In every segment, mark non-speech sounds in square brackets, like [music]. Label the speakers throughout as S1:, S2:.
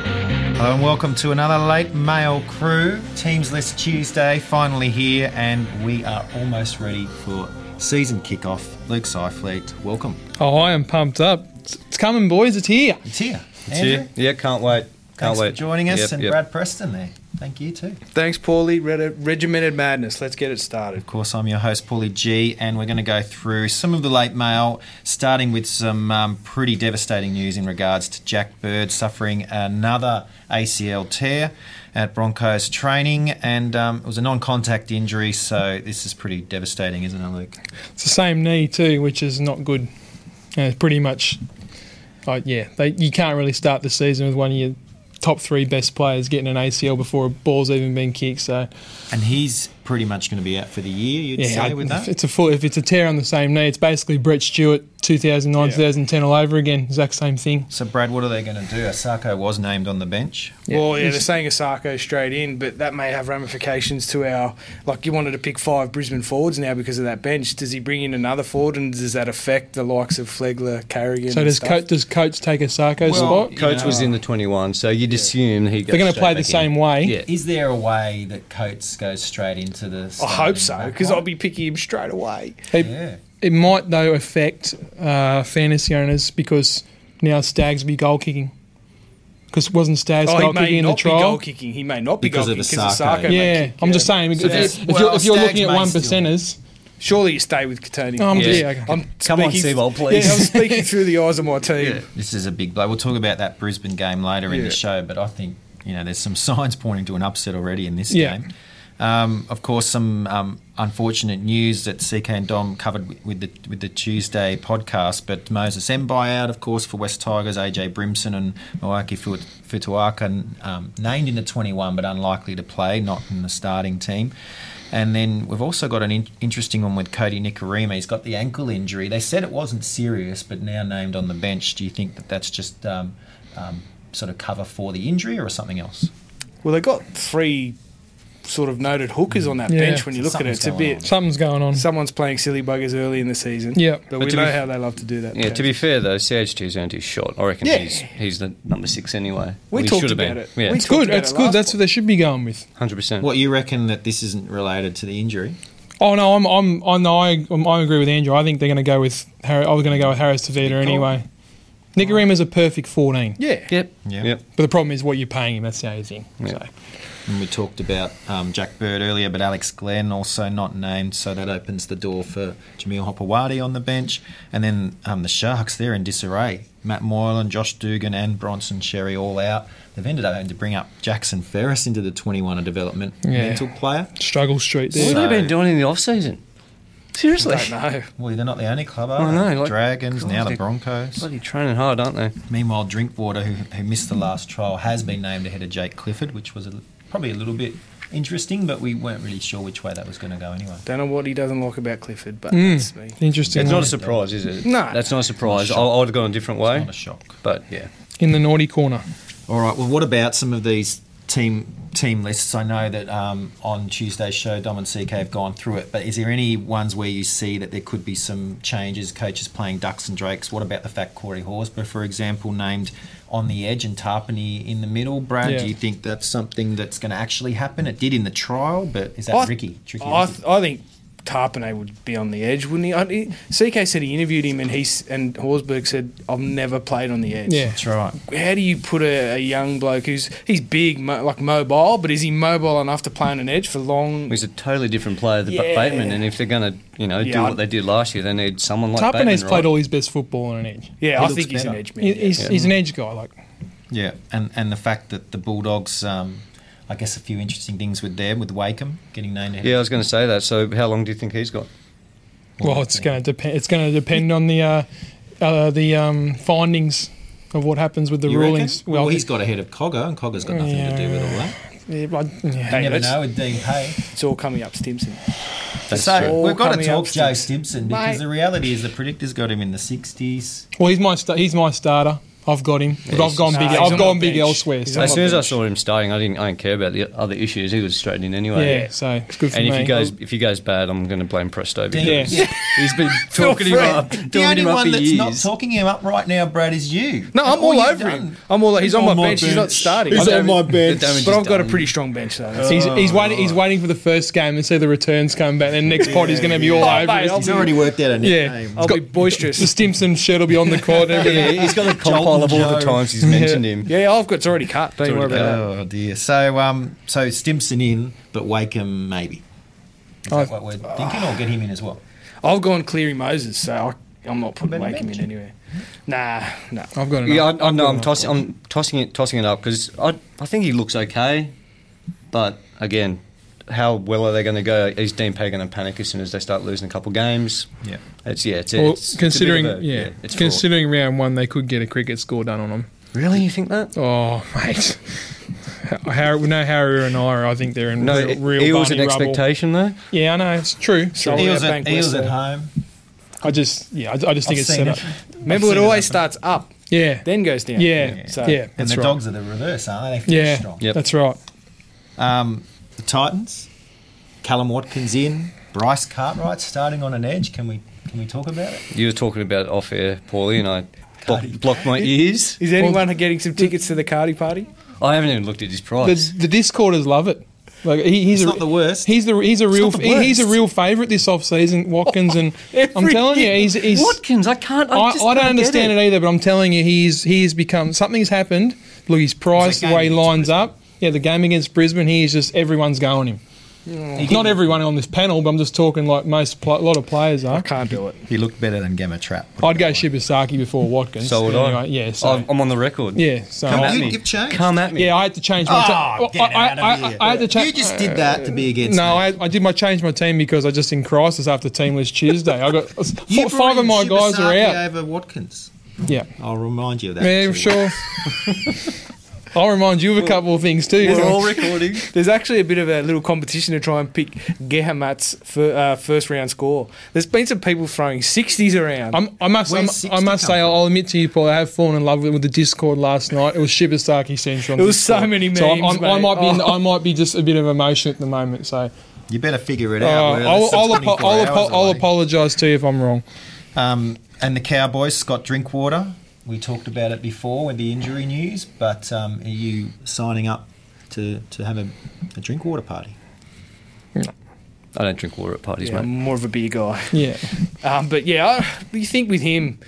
S1: Hello and welcome to another late mail crew. Teams List Tuesday finally here, and we are almost ready for season kickoff. Luke Seifleet, welcome.
S2: Oh, I am pumped up. It's, it's coming, boys. It's here.
S1: It's here.
S3: It's
S1: Andrew,
S3: here. Yeah, can't wait. Can't
S1: thanks
S3: wait.
S1: for joining us,
S3: Yep,
S1: and
S3: yep.
S1: Brad Preston there. Thank you too.
S4: Thanks, Paulie. Redi- Regimented madness. Let's get it started.
S1: Of course, I'm your host, Paulie G, and we're going to go through some of the late mail, starting with some um, pretty devastating news in regards to Jack Bird suffering another ACL tear at Broncos training, and um, it was a non contact injury, so this is pretty devastating, isn't it, Luke?
S2: It's the same knee too, which is not good. Uh, it's pretty much, uh, yeah. They, you can't really start the season with one of your top three best players getting an ACL before a ball's even been kicked. So
S1: And he's pretty much going to be out for the year, you'd
S2: yeah,
S1: say,
S2: I-
S1: with
S2: if
S1: that?
S2: it's a full, if it's a tear on the same knee, it's basically Brett Stewart 2009,
S4: Yeah.
S2: 2010 all over again. Exact same thing.
S1: So, Brad, what are they going to do? Asako was named on the bench.
S4: Well, yeah, they're saying Asako straight in, but that may have ramifications to our. Like, you wanted to pick five Brisbane forwards now because of that bench. Does he bring in another forward, and does that affect the likes of Flegler, Carrigan?
S2: So
S4: and
S2: does
S4: stuff?
S2: coach does coach take Osako's
S1: Well,
S2: spot?
S3: Coach
S1: You know,
S3: was in the 21, so you'd assume he.
S2: They're going to play the same way.
S3: Yeah.
S1: Is there a way that Coates goes straight into the.
S4: I
S1: starting
S4: hope so
S1: back
S4: because
S1: line?
S4: I'll be picking him straight away.
S2: It,
S1: Yeah.
S2: it might though affect uh, fantasy owners because now Stags be goal kicking because wasn't Stags
S4: Oh, he
S2: goal
S4: may
S2: kicking in the
S4: not be
S2: trial?
S4: goal kicking. He may not be
S3: Because
S4: goal
S3: of
S4: kicking
S3: Asako.
S4: Asako. may
S2: Yeah,
S4: kick,
S2: I'm just saying. If,
S1: that's-
S2: if, if
S1: well,
S2: you're, if you're
S1: Stags
S2: looking at
S1: may
S2: one
S1: still-
S2: percenters,
S4: Surely you stay with Katoni.
S2: Um,
S3: Yeah.
S2: yeah, okay.
S4: I'm
S3: Come on,
S4: speaking-
S3: Sewell, please.
S4: Yeah, I'm speaking through the eyes of my team.
S1: This is a big blow. We'll talk about that Brisbane game later in the
S4: Yeah.
S1: show, but I think you know there's some [laughs] signs pointing to an upset already in this
S2: Yeah.
S1: game. Um, of course, some um, unfortunate news that CK and Dom covered with, with the with the Tuesday podcast. But Moses M buyout, of course, for West Tigers. AJ Brimson and Milwaukee Fut- Futuaka um, named in the 21, but unlikely to play, not in the starting team. And then we've also got an in- interesting one with Cody Nikarima. He's got the ankle injury. They said it wasn't serious, but now named on the bench. Do you think that that's just um, um, sort of cover for the injury or something else?
S4: Well, they got three sort of noted hookers on that
S2: Yeah.
S4: bench when you look
S1: Something's
S4: at it. It's a
S1: going
S4: bit.
S2: something's going on.
S4: Someone's playing silly buggers early in the season.
S2: Yeah.
S4: But,
S3: But
S4: we
S3: to be
S4: know
S3: f-
S4: how they love to do that.
S3: Yeah, to be fair though, CH2's earned his shot. I reckon
S4: Yeah.
S3: he's he's the number six anyway. Well,
S4: We
S3: he
S4: talked
S3: should have
S4: about
S3: been.
S4: it.
S3: Yeah,
S4: We
S2: It's good.
S4: talked about
S2: It's
S4: it
S2: good.
S4: last
S2: That's what they should be going with.
S3: hundred percent.
S1: What you reckon that this isn't related to the injury?
S2: Oh no, I'm I'm I know I I'm, I agree with Andrew. I think they're going to go with Harry. I was going to go with Harris Tavita anyway. Nicarima's a perfect 14,
S4: Yeah.
S3: Yep.
S1: Yeah.
S3: Yep.
S2: but the problem is what you're paying him. That's the only thing. So.
S1: And we talked about um, Jack Bird earlier, but Alex Glenn also not named, so that opens the door for Jamil Hopewadi on the bench. And then um, the Sharks, they're in disarray. Matt Moylan, Josh Dugan, and Bronson Sherry all out. They've ended up having to bring up Jackson Ferris into the 21 a development
S2: Yeah.
S1: mental player.
S2: Struggle Street
S3: What
S2: there.
S3: have
S1: So-
S3: you been doing in the off season? Seriously.
S4: Don't know.
S1: Well, they're not the only club, are
S3: I
S1: they?
S3: know, like-
S1: Dragons,
S3: God,
S1: now the
S3: they're-
S1: Broncos.
S3: Bloody training hard, aren't they?
S1: Meanwhile, Drinkwater, who, who missed the last trial, has been named ahead of Jake Clifford, which was a, probably a little bit interesting, but we weren't really sure which way that was going to go anyway.
S4: Don't know what he doesn't like about Clifford, but
S2: Mm.
S4: that's me.
S2: Interesting.
S3: It's
S2: one.
S3: not a surprise, is it?
S4: No.
S3: That's not a surprise.
S1: Not
S3: I,
S1: a shock.
S3: I'd have gone a different way.
S1: Not a shock.
S3: But yeah.
S2: in the naughty corner.
S1: All right. Well, what about some of these team team lists? I know that um, on Tuesday's show, Dom and CK have gone through it, but is there any ones where you see that there could be some changes? Coaches playing ducks and drakes. What about the fact Corey Horsburgh, for example, named on the edge and Tarpany in the middle? Brad,
S2: Yeah.
S1: do you think that's something that's going to actually happen? It did in the trial, but is that
S4: I,
S1: tricky? Tricky.
S4: I,
S1: Ricky?
S4: th- I think Tarpanay would be on the edge, wouldn't he? I, he- CK said he interviewed him, and he s- and Horsberg said, "I've never played on the edge."
S2: Yeah.
S1: that's right.
S4: How do you put a, a young bloke who's he's big, mo- like mobile, but is he mobile enough to play on an edge for long?
S3: He's a totally different player than Ba-
S4: Yeah.
S3: Bateman, and if they're going to, you know,
S4: Yeah,
S3: do
S4: I'd-
S3: what they did last year, they need someone like
S2: Tarpanay's
S3: Bateman. right?
S2: played all his best football on an edge.
S4: Yeah,
S1: He
S4: I
S1: looks
S4: think he's an
S1: better.
S4: edge man.
S2: He-
S4: yeah.
S2: He's, he's an edge guy. Like
S1: Yeah, and and the fact that the Bulldogs. Um, I guess a few interesting things with them, with Wakem getting named. ahead.
S3: Yeah, I was going to say that. So, how long do you think he's got?
S2: Well, it's going to depend. It's going to depend on the uh, uh, the um, findings of what happens with the
S1: You reckon?
S2: rulings.
S1: Well, he's got ahead of Cogger, and Cogger's got nothing to do with all that.
S2: yeah, but- yeah.
S4: Hey,
S1: You never
S4: that's-
S1: know with Dean Pay.
S4: It's all coming up, Stimson.
S3: That's
S1: so
S4: true.
S1: we've got to
S4: Coming
S1: talk
S4: up,
S1: Joe
S4: Stimson.
S1: Stimson because
S4: Mate.
S1: the reality is the predictor's got him in the 60s.
S2: Well, he's my sta he's my starter. I've got him. But
S3: Yeah,
S2: I've gone
S4: he's-
S2: big.
S4: nah, he's
S2: I've
S4: on
S2: gone
S4: my
S2: big
S4: bench.
S2: elsewhere.
S4: He's
S2: So
S4: on
S3: As
S4: my
S3: soon as I
S4: bench.
S3: saw him starting, I didn't. I didn't care about the other issues. He was straight in
S2: yeah,
S3: anyway.
S2: so it's good for
S3: And
S2: me.
S3: if he goes, if he goes bad, I'm going to blame Presto because
S2: Yeah. Yeah.
S3: he's been talking him
S4: free.
S3: up, talking
S1: The only
S3: him up
S1: one
S3: for
S1: that's
S3: years.
S1: not talking him up right now, Brad, is you.
S4: No,
S1: And
S4: I'm all
S1: you've
S4: over him.
S1: done-
S4: I'm all. He's on my
S5: on my
S4: bench. He's not
S5: bench.
S4: starting.
S5: He's
S4: I don't-
S5: on my bench.
S3: The damage
S4: But
S3: is
S4: I've got a
S3: done.
S4: pretty strong bench though.
S2: he's, he's
S4: Oh.
S2: waiting. He's waiting for the first game and see the returns come back. Then next pot is going to be all
S4: Oh,
S2: over.
S4: mate,
S2: us.
S4: I'll
S1: He's already worked out a nickname.
S2: yeah,
S4: I'll be
S2: [laughs]
S4: boisterous.
S2: the Stimson shirt will be on the
S3: [laughs]
S2: court. and everything.
S3: Yeah, he's got a compile of all the
S1: Joe.
S3: times he's mentioned him.
S4: Yeah, I've got. It's already cut. Don't you worry
S3: already
S4: about that.
S1: Oh dear. So um, so Stimson in, but Wakeham maybe. Is
S4: Oh.
S1: that
S2: I've-
S1: what we're thinking, or get him in as well?
S4: I've gone Cleary Moses, so I, I'm not putting
S1: Better
S4: Wakeham
S1: bench.
S4: in anywhere. Nah, nah.
S2: I've got enough.
S3: Yeah, I, I know. I'm tossing. I'm tossing it, tossing it up because I, I think he looks okay, but again, how well are they going to go? Is Dean Pay going to panic as soon as they start losing a couple games?
S1: Yeah.
S3: It's yeah. It's,
S2: Well,
S3: it's, it's a bit
S2: considering,
S3: of a-
S2: yeah,
S3: it's consider-
S2: considering round one, they could get a cricket score done on them.
S3: Really, you think that?
S2: Oh, [laughs] mate. Harry, no, Harry and I, I think they're in
S3: No,
S2: real,
S3: it,
S2: real
S3: it was an
S2: Barney rubble.
S3: expectation though.
S2: Yeah, I know it's true.
S4: So we're
S1: Eels
S4: at
S1: at,
S4: Bank
S1: Eels
S4: West
S1: at
S4: there.
S1: home.
S2: I just, yeah, I, I just
S1: I've
S2: think it's
S1: seen
S2: set up.
S1: it.
S4: Remember,
S1: I've
S4: it
S1: seen it
S4: always
S1: happen.
S4: starts up,
S2: Yeah,
S4: then goes down.
S2: Yeah.
S4: So,
S2: Yeah.
S1: And
S2: That's
S1: the
S2: right.
S1: dogs are the reverse, aren't they? They finish
S2: yeah,
S1: strong.
S3: Yep.
S2: that's right.
S1: Um, the Titans. Callum Watkins in. Bryce Cartwright starting on an edge. Can we can we talk about it?
S3: You were talking about it off air, Paulie, and I block,
S1: Cardi-
S3: blocked my ears.
S4: Is anyone getting some tickets to the Cardi party?
S3: I haven't even looked at his
S2: The,
S3: price.
S2: the Discorders love it. Like he, he's
S1: It's
S2: a,
S1: not the worst.
S2: He's the he's a real
S1: not the
S2: he- he's a
S1: worst.
S2: real favourite this off season.
S1: [laughs]
S2: Watkins and I'm
S4: Every
S2: telling you, he's, he's
S3: Watkins, I can't. I,
S2: I,
S3: just
S2: I don't
S3: can't get
S2: understand it. either, but I'm telling you, he's he has become something's happened. Look, his price,
S1: It's that
S2: the way he
S1: game against
S2: lines up. Yeah, the game against Brisbane, he is just everyone's going him.
S1: He
S2: Not everyone on this panel, but I'm just talking like most pl- a lot of players
S4: I
S2: are.
S4: can't do it.
S1: He looked better than Gamma Trap.
S2: I'd go Shibasaki before Watkins.
S3: So would I.
S2: Anyway, Yeah, so
S3: I'm- I'm on the record.
S2: yeah, so
S3: Come at
S1: You-
S3: me.
S1: you've changed.
S3: Come at me.
S2: yeah, I had to change my. ta-
S1: Oh,
S2: well,
S1: get out
S2: I,
S1: of
S2: I-
S1: here.
S2: I had to change.
S1: you just did that to be against
S2: no,
S1: me.
S2: I, I did my change my team because I just in crisis after teamless Tuesday. I got f-
S1: You brought
S2: five of
S1: in
S2: my guys are
S1: Shibasaki
S2: out.
S1: over Watkins.
S2: Yeah,
S1: I'll remind you of that.
S2: yeah,
S1: too.
S2: sure.
S4: [laughs]
S2: I'll remind you of a couple of things too.
S3: We're all recording.
S4: There's actually a bit of a little competition to try and pick Gehamat's fir- uh, first round score. There's been some people throwing 60s around.
S2: I'm, I must,
S1: Where's
S2: I'm, I
S1: 60
S2: must
S1: come
S2: say, I'll admit to you, Paul, I have fallen in love with, with the Discord last night. It was Shibasaki Central. on
S4: It was
S2: Discord.
S4: so many
S2: So I'm,
S4: memes,
S2: I'm- I
S4: mate.
S2: might be, in-
S4: Oh.
S2: I might be just a bit of emotion at the moment. So
S1: You better figure it
S2: uh,
S1: out. We're
S2: I'll,
S1: less than
S2: I'll, apo-
S1: 24
S2: I'll,
S1: hours
S2: apo- I'll
S1: away.
S2: apologise to you if I'm wrong.
S1: Um, and the Cowboys, Scott Drinkwater. We talked about it before with the injury news, but um, are you signing up to, to have a, a Drinkwater party?
S3: I don't drink water at parties,
S4: yeah, I'm
S3: mate.
S4: more of a beer guy.
S2: Yeah,
S4: Um, but yeah, I, you think with him,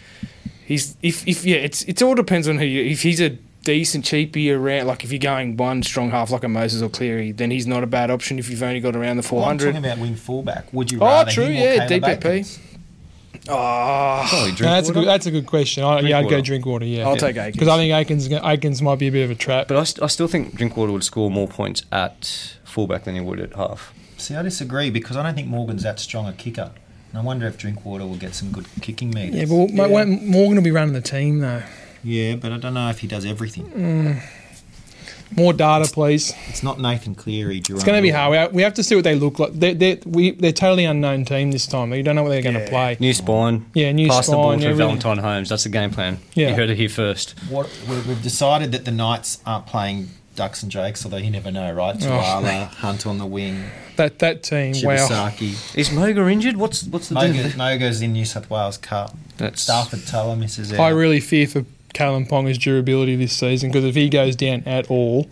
S4: he's if, if yeah, it's it all depends on who you if he's a decent cheapie around like if you're going one strong half like a Moses or Cleary, then he's not a bad option if you've only got around the
S1: Well, I'm
S4: 400.
S1: talking about wing fullback. Would you
S4: Oh,
S1: rather
S4: true,
S1: him or
S4: yeah,
S1: Caleb
S4: DPP.
S1: Akins?
S4: Ah,
S3: Probably Oh, drink
S2: that's a
S3: water.
S2: good, that's a good question. I, yeah, I'd go
S3: Drinkwater.
S2: drink water. Yeah,
S4: I'll take Aikens.
S2: because I think Aikens, Aikens might be a bit of a trap.
S3: But I, st- I still think Drinkwater would score more points at fullback than he would at half.
S1: See, I disagree because I don't think Morgan's that strong a kicker. And I wonder if Drinkwater will get some good kicking meters.
S2: yeah, but
S4: Yeah.
S2: won't Morgan will be running the team though.
S1: Yeah, but I don't know if he does everything.
S2: More data, please.
S1: It's not Nathan Cleary. Jerome
S2: It's going to be
S4: Um,
S1: Lawler.
S2: hard. We have- We have to see what they look like. They're, they're, we, they're totally unknown team this time. You don't know what they're going to
S4: Yeah.
S2: play.
S3: New spine.
S2: Yeah, new
S3: Pass the ball
S2: spine,
S3: to
S2: everything.
S3: Valentine Holmes. That's the game plan.
S2: Yeah.
S3: You heard it here first.
S1: What, we- we've decided that the Knights aren't playing Ducks and Jakes, although you never know,
S4: Oh.
S1: right? Tuala, Hunt on the
S4: [laughs]
S1: wing,
S2: That that team, wow.
S1: Shibasaki.
S3: Is Moga injured? What's what's the deal?
S1: Moga, Moga's in New South Wales Cup.
S3: That's-
S1: Stafford Tuller misses out.
S2: I really fear for Kalen Ponga's durability this season because if he goes down at all,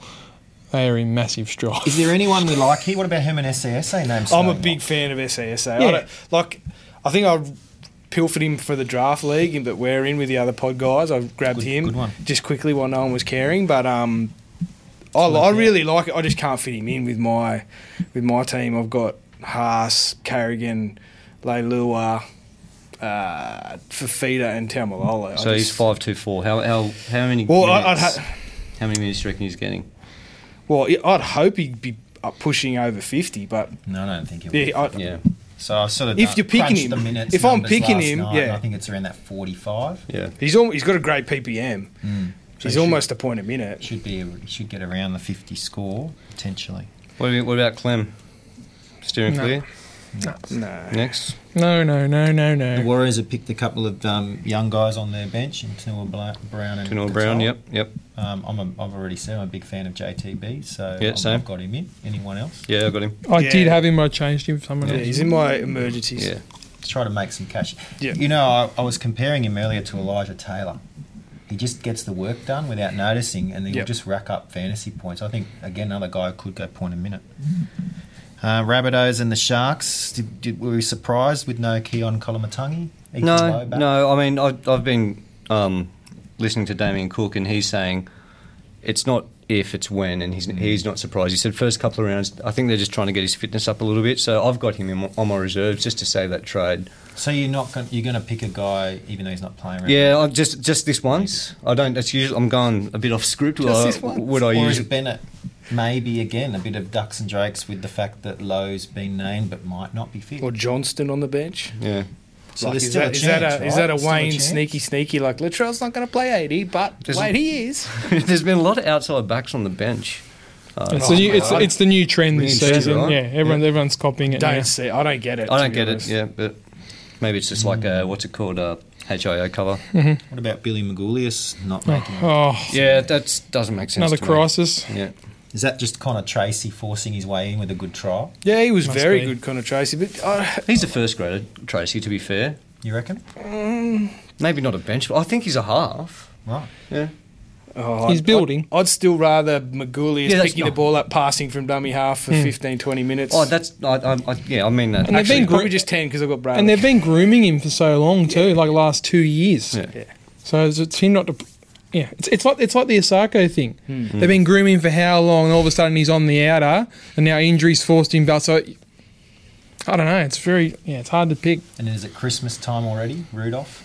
S2: they are in massive strife.
S1: Is there anyone we like here? What about Herman SASA names?
S4: I'm a big fan of SASA.
S2: Yeah.
S4: I don't, like, I think I pilfered him for the draft league, and- but we're in with the other pod guys. I grabbed
S1: Good-
S4: him
S1: good one.
S4: just quickly while no one was caring, but um, I,
S1: worth
S4: I
S1: it.
S4: really like it. I just can't fit him in with my with my team. I've got Haas, Carrigan, Leilua, uh, Fafita, and Tamalolo. I
S3: So he's
S4: just-
S3: five two four. How how how many?
S4: Well, I-
S3: minutes,
S4: I'd ha-
S3: how many minutes do you reckon he's getting?
S4: Well, I'd hope he'd be uh, pushing over fifty, but
S1: No, I don't think he'll.
S4: yeah,
S1: Yeah,
S4: I,
S3: Yeah,
S1: so I've sort of.
S4: If
S1: done-
S4: you're picking
S1: crunched
S4: him-
S1: the minutes
S4: if I'm
S1: numbers
S4: picking
S1: last
S4: him,
S1: night,
S4: yeah.
S1: and I think it's around that 45.
S3: yeah.
S4: he's al- he's got a great PPM.
S3: Mm.
S1: So
S4: he's
S1: he
S4: almost a point a minute.
S1: should, should be should get around the 50 score potentially.
S3: What about, what about Clem? Steering
S2: No.
S3: clear.
S4: No.
S3: Next.
S2: No, no, no, no,
S1: The
S2: no.
S1: Warriors have picked a couple of um, young guys on their bench, and Tanua Bla- Brown and
S3: Tanor Brown,
S1: Katoa.
S3: yep, yep.
S1: Um, I'm a, I've already said I'm a big fan of JTB, so
S3: Yeah,
S1: I've,
S3: same.
S1: I've got him in. Anyone else?
S3: Yeah, I got him.
S2: I
S4: Yeah.
S2: did have him. I changed him for someone
S4: Yeah,
S2: else.
S4: he's in my emergencies.
S3: Yeah.
S1: Let's try to make some cash.
S4: Yeah.
S1: You know, I, I was comparing him earlier to Elijah Taylor. He just gets the work done without noticing, and he'll
S4: Yep.
S1: just rack up fantasy points. I think again, another guy who could go point a minute. Uh, Rabbitohs and the Sharks. Did, did, were we surprised with no Keon Kolomatangi? Ethan
S3: No,
S1: Lowe back?
S3: no. I mean, I, I've been um, listening to Damien Cook, and he's saying it's not if, it's when, and he's he's not surprised. He said first couple of rounds, I think they're just trying to get his fitness up a little bit. So I've got him in, my- on my reserves just to save that trade.
S1: So you're not going you're going to pick a guy even though he's not playing. around?
S3: Yeah, I just just this once. I don't. That's usually I'm going a bit off script.
S4: Just
S3: I-
S4: this once.
S3: Uh, Would I
S1: Or
S3: use?
S1: is Bennett maybe again a bit of ducks and drakes with the fact that Lowe's been named but might not be fit?
S4: Or Johnston on the bench.
S3: Yeah. [laughs]
S1: so
S4: like,
S1: there's
S4: is,
S1: still
S4: that,
S1: a
S4: is
S1: chance,
S4: that a, is that a
S1: right? Still
S4: Wayne
S1: chance?
S4: sneaky sneaky like Latrell's not going to play eighty, but
S3: There's-
S4: wait, he [laughs] is.
S3: There's been a lot of outside backs on the bench. Uh,
S2: It's the new. It's,
S4: Oh,
S2: it's the new trend this
S3: New trend,
S2: season.
S3: right?
S2: Yeah, everyone, everyone's copying it.
S4: Don't
S2: now.
S4: see. I don't get it.
S3: I
S4: to
S3: don't
S4: be
S3: get it.
S4: honest.
S3: Yeah, but maybe it's just like a, what's it called? A HIO cover.
S1: What about Billy Magulius not making? it?
S2: Oh,
S3: Yeah, that doesn't make sense.
S2: another
S3: to me.
S2: crisis.
S3: Yeah.
S1: Is that just Connor Tracy forcing his way in with a good trial?
S4: Yeah, he was
S2: Must
S4: very
S2: be.
S4: good, Connor Tracy. But
S2: [laughs]
S4: uh, I,
S3: He's a first grader, Tracy, to be fair.
S1: You reckon?
S3: Maybe not a bench, but I think he's a half.
S1: Right.
S3: Yeah.
S4: oh,
S2: He's
S4: I'd-
S2: building.
S4: I'd, I'd still rather Magulius
S3: Yeah, that's
S4: picking the
S3: not-
S4: ball up, passing from dummy half
S2: Hmm.
S4: for 15, 20 minutes.
S3: Oh, that's. I, I, I, yeah, I mean uh, that.
S2: And they've
S4: Actually,
S2: been gr-
S4: probably just ten because I've got Bradley.
S2: And they've been grooming him for so long too, like last two years.
S3: Yeah.
S4: Yeah.
S2: So it's, it's him not to. Yeah, it's, it's like it's like the Asako thing.
S3: Hmm.
S2: They've been grooming for how long? And all of a sudden he's on the outer, and now injuries forced him back. So I don't know. It's very yeah. It's hard to pick.
S1: And is it Christmas time already? Rudolph.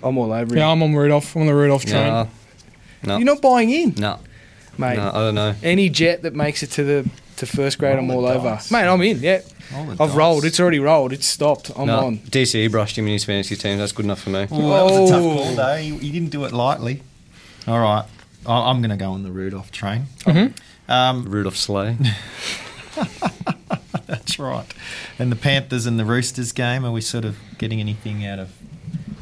S4: I'm all over
S2: Yeah,
S4: him.
S2: I'm on Rudolph. I'm on the Rudolph train.
S3: Nah, no.
S4: You're not buying in,
S3: no.
S4: mate.
S3: No, I don't know.
S4: Any jet that makes it to the to first grade,
S1: Roll
S4: I'm
S1: the
S4: all over,
S1: dice.
S4: mate. I'm in. Yeah,
S1: Roll the
S4: I've
S1: dice.
S4: rolled. It's already rolled. It's stopped. I'm
S3: no.
S4: on.
S3: DCE E brushed him in his fantasy team. That's good enough for me.
S1: Ooh, that was a tough
S4: Oh.
S1: call though. He, he didn't do it lightly. All right. I- I'm going to go on the Rudolph train. Um,
S3: Rudolph Slay.
S1: [laughs] That's right. And the Panthers and the Roosters game, are we sort of getting anything out of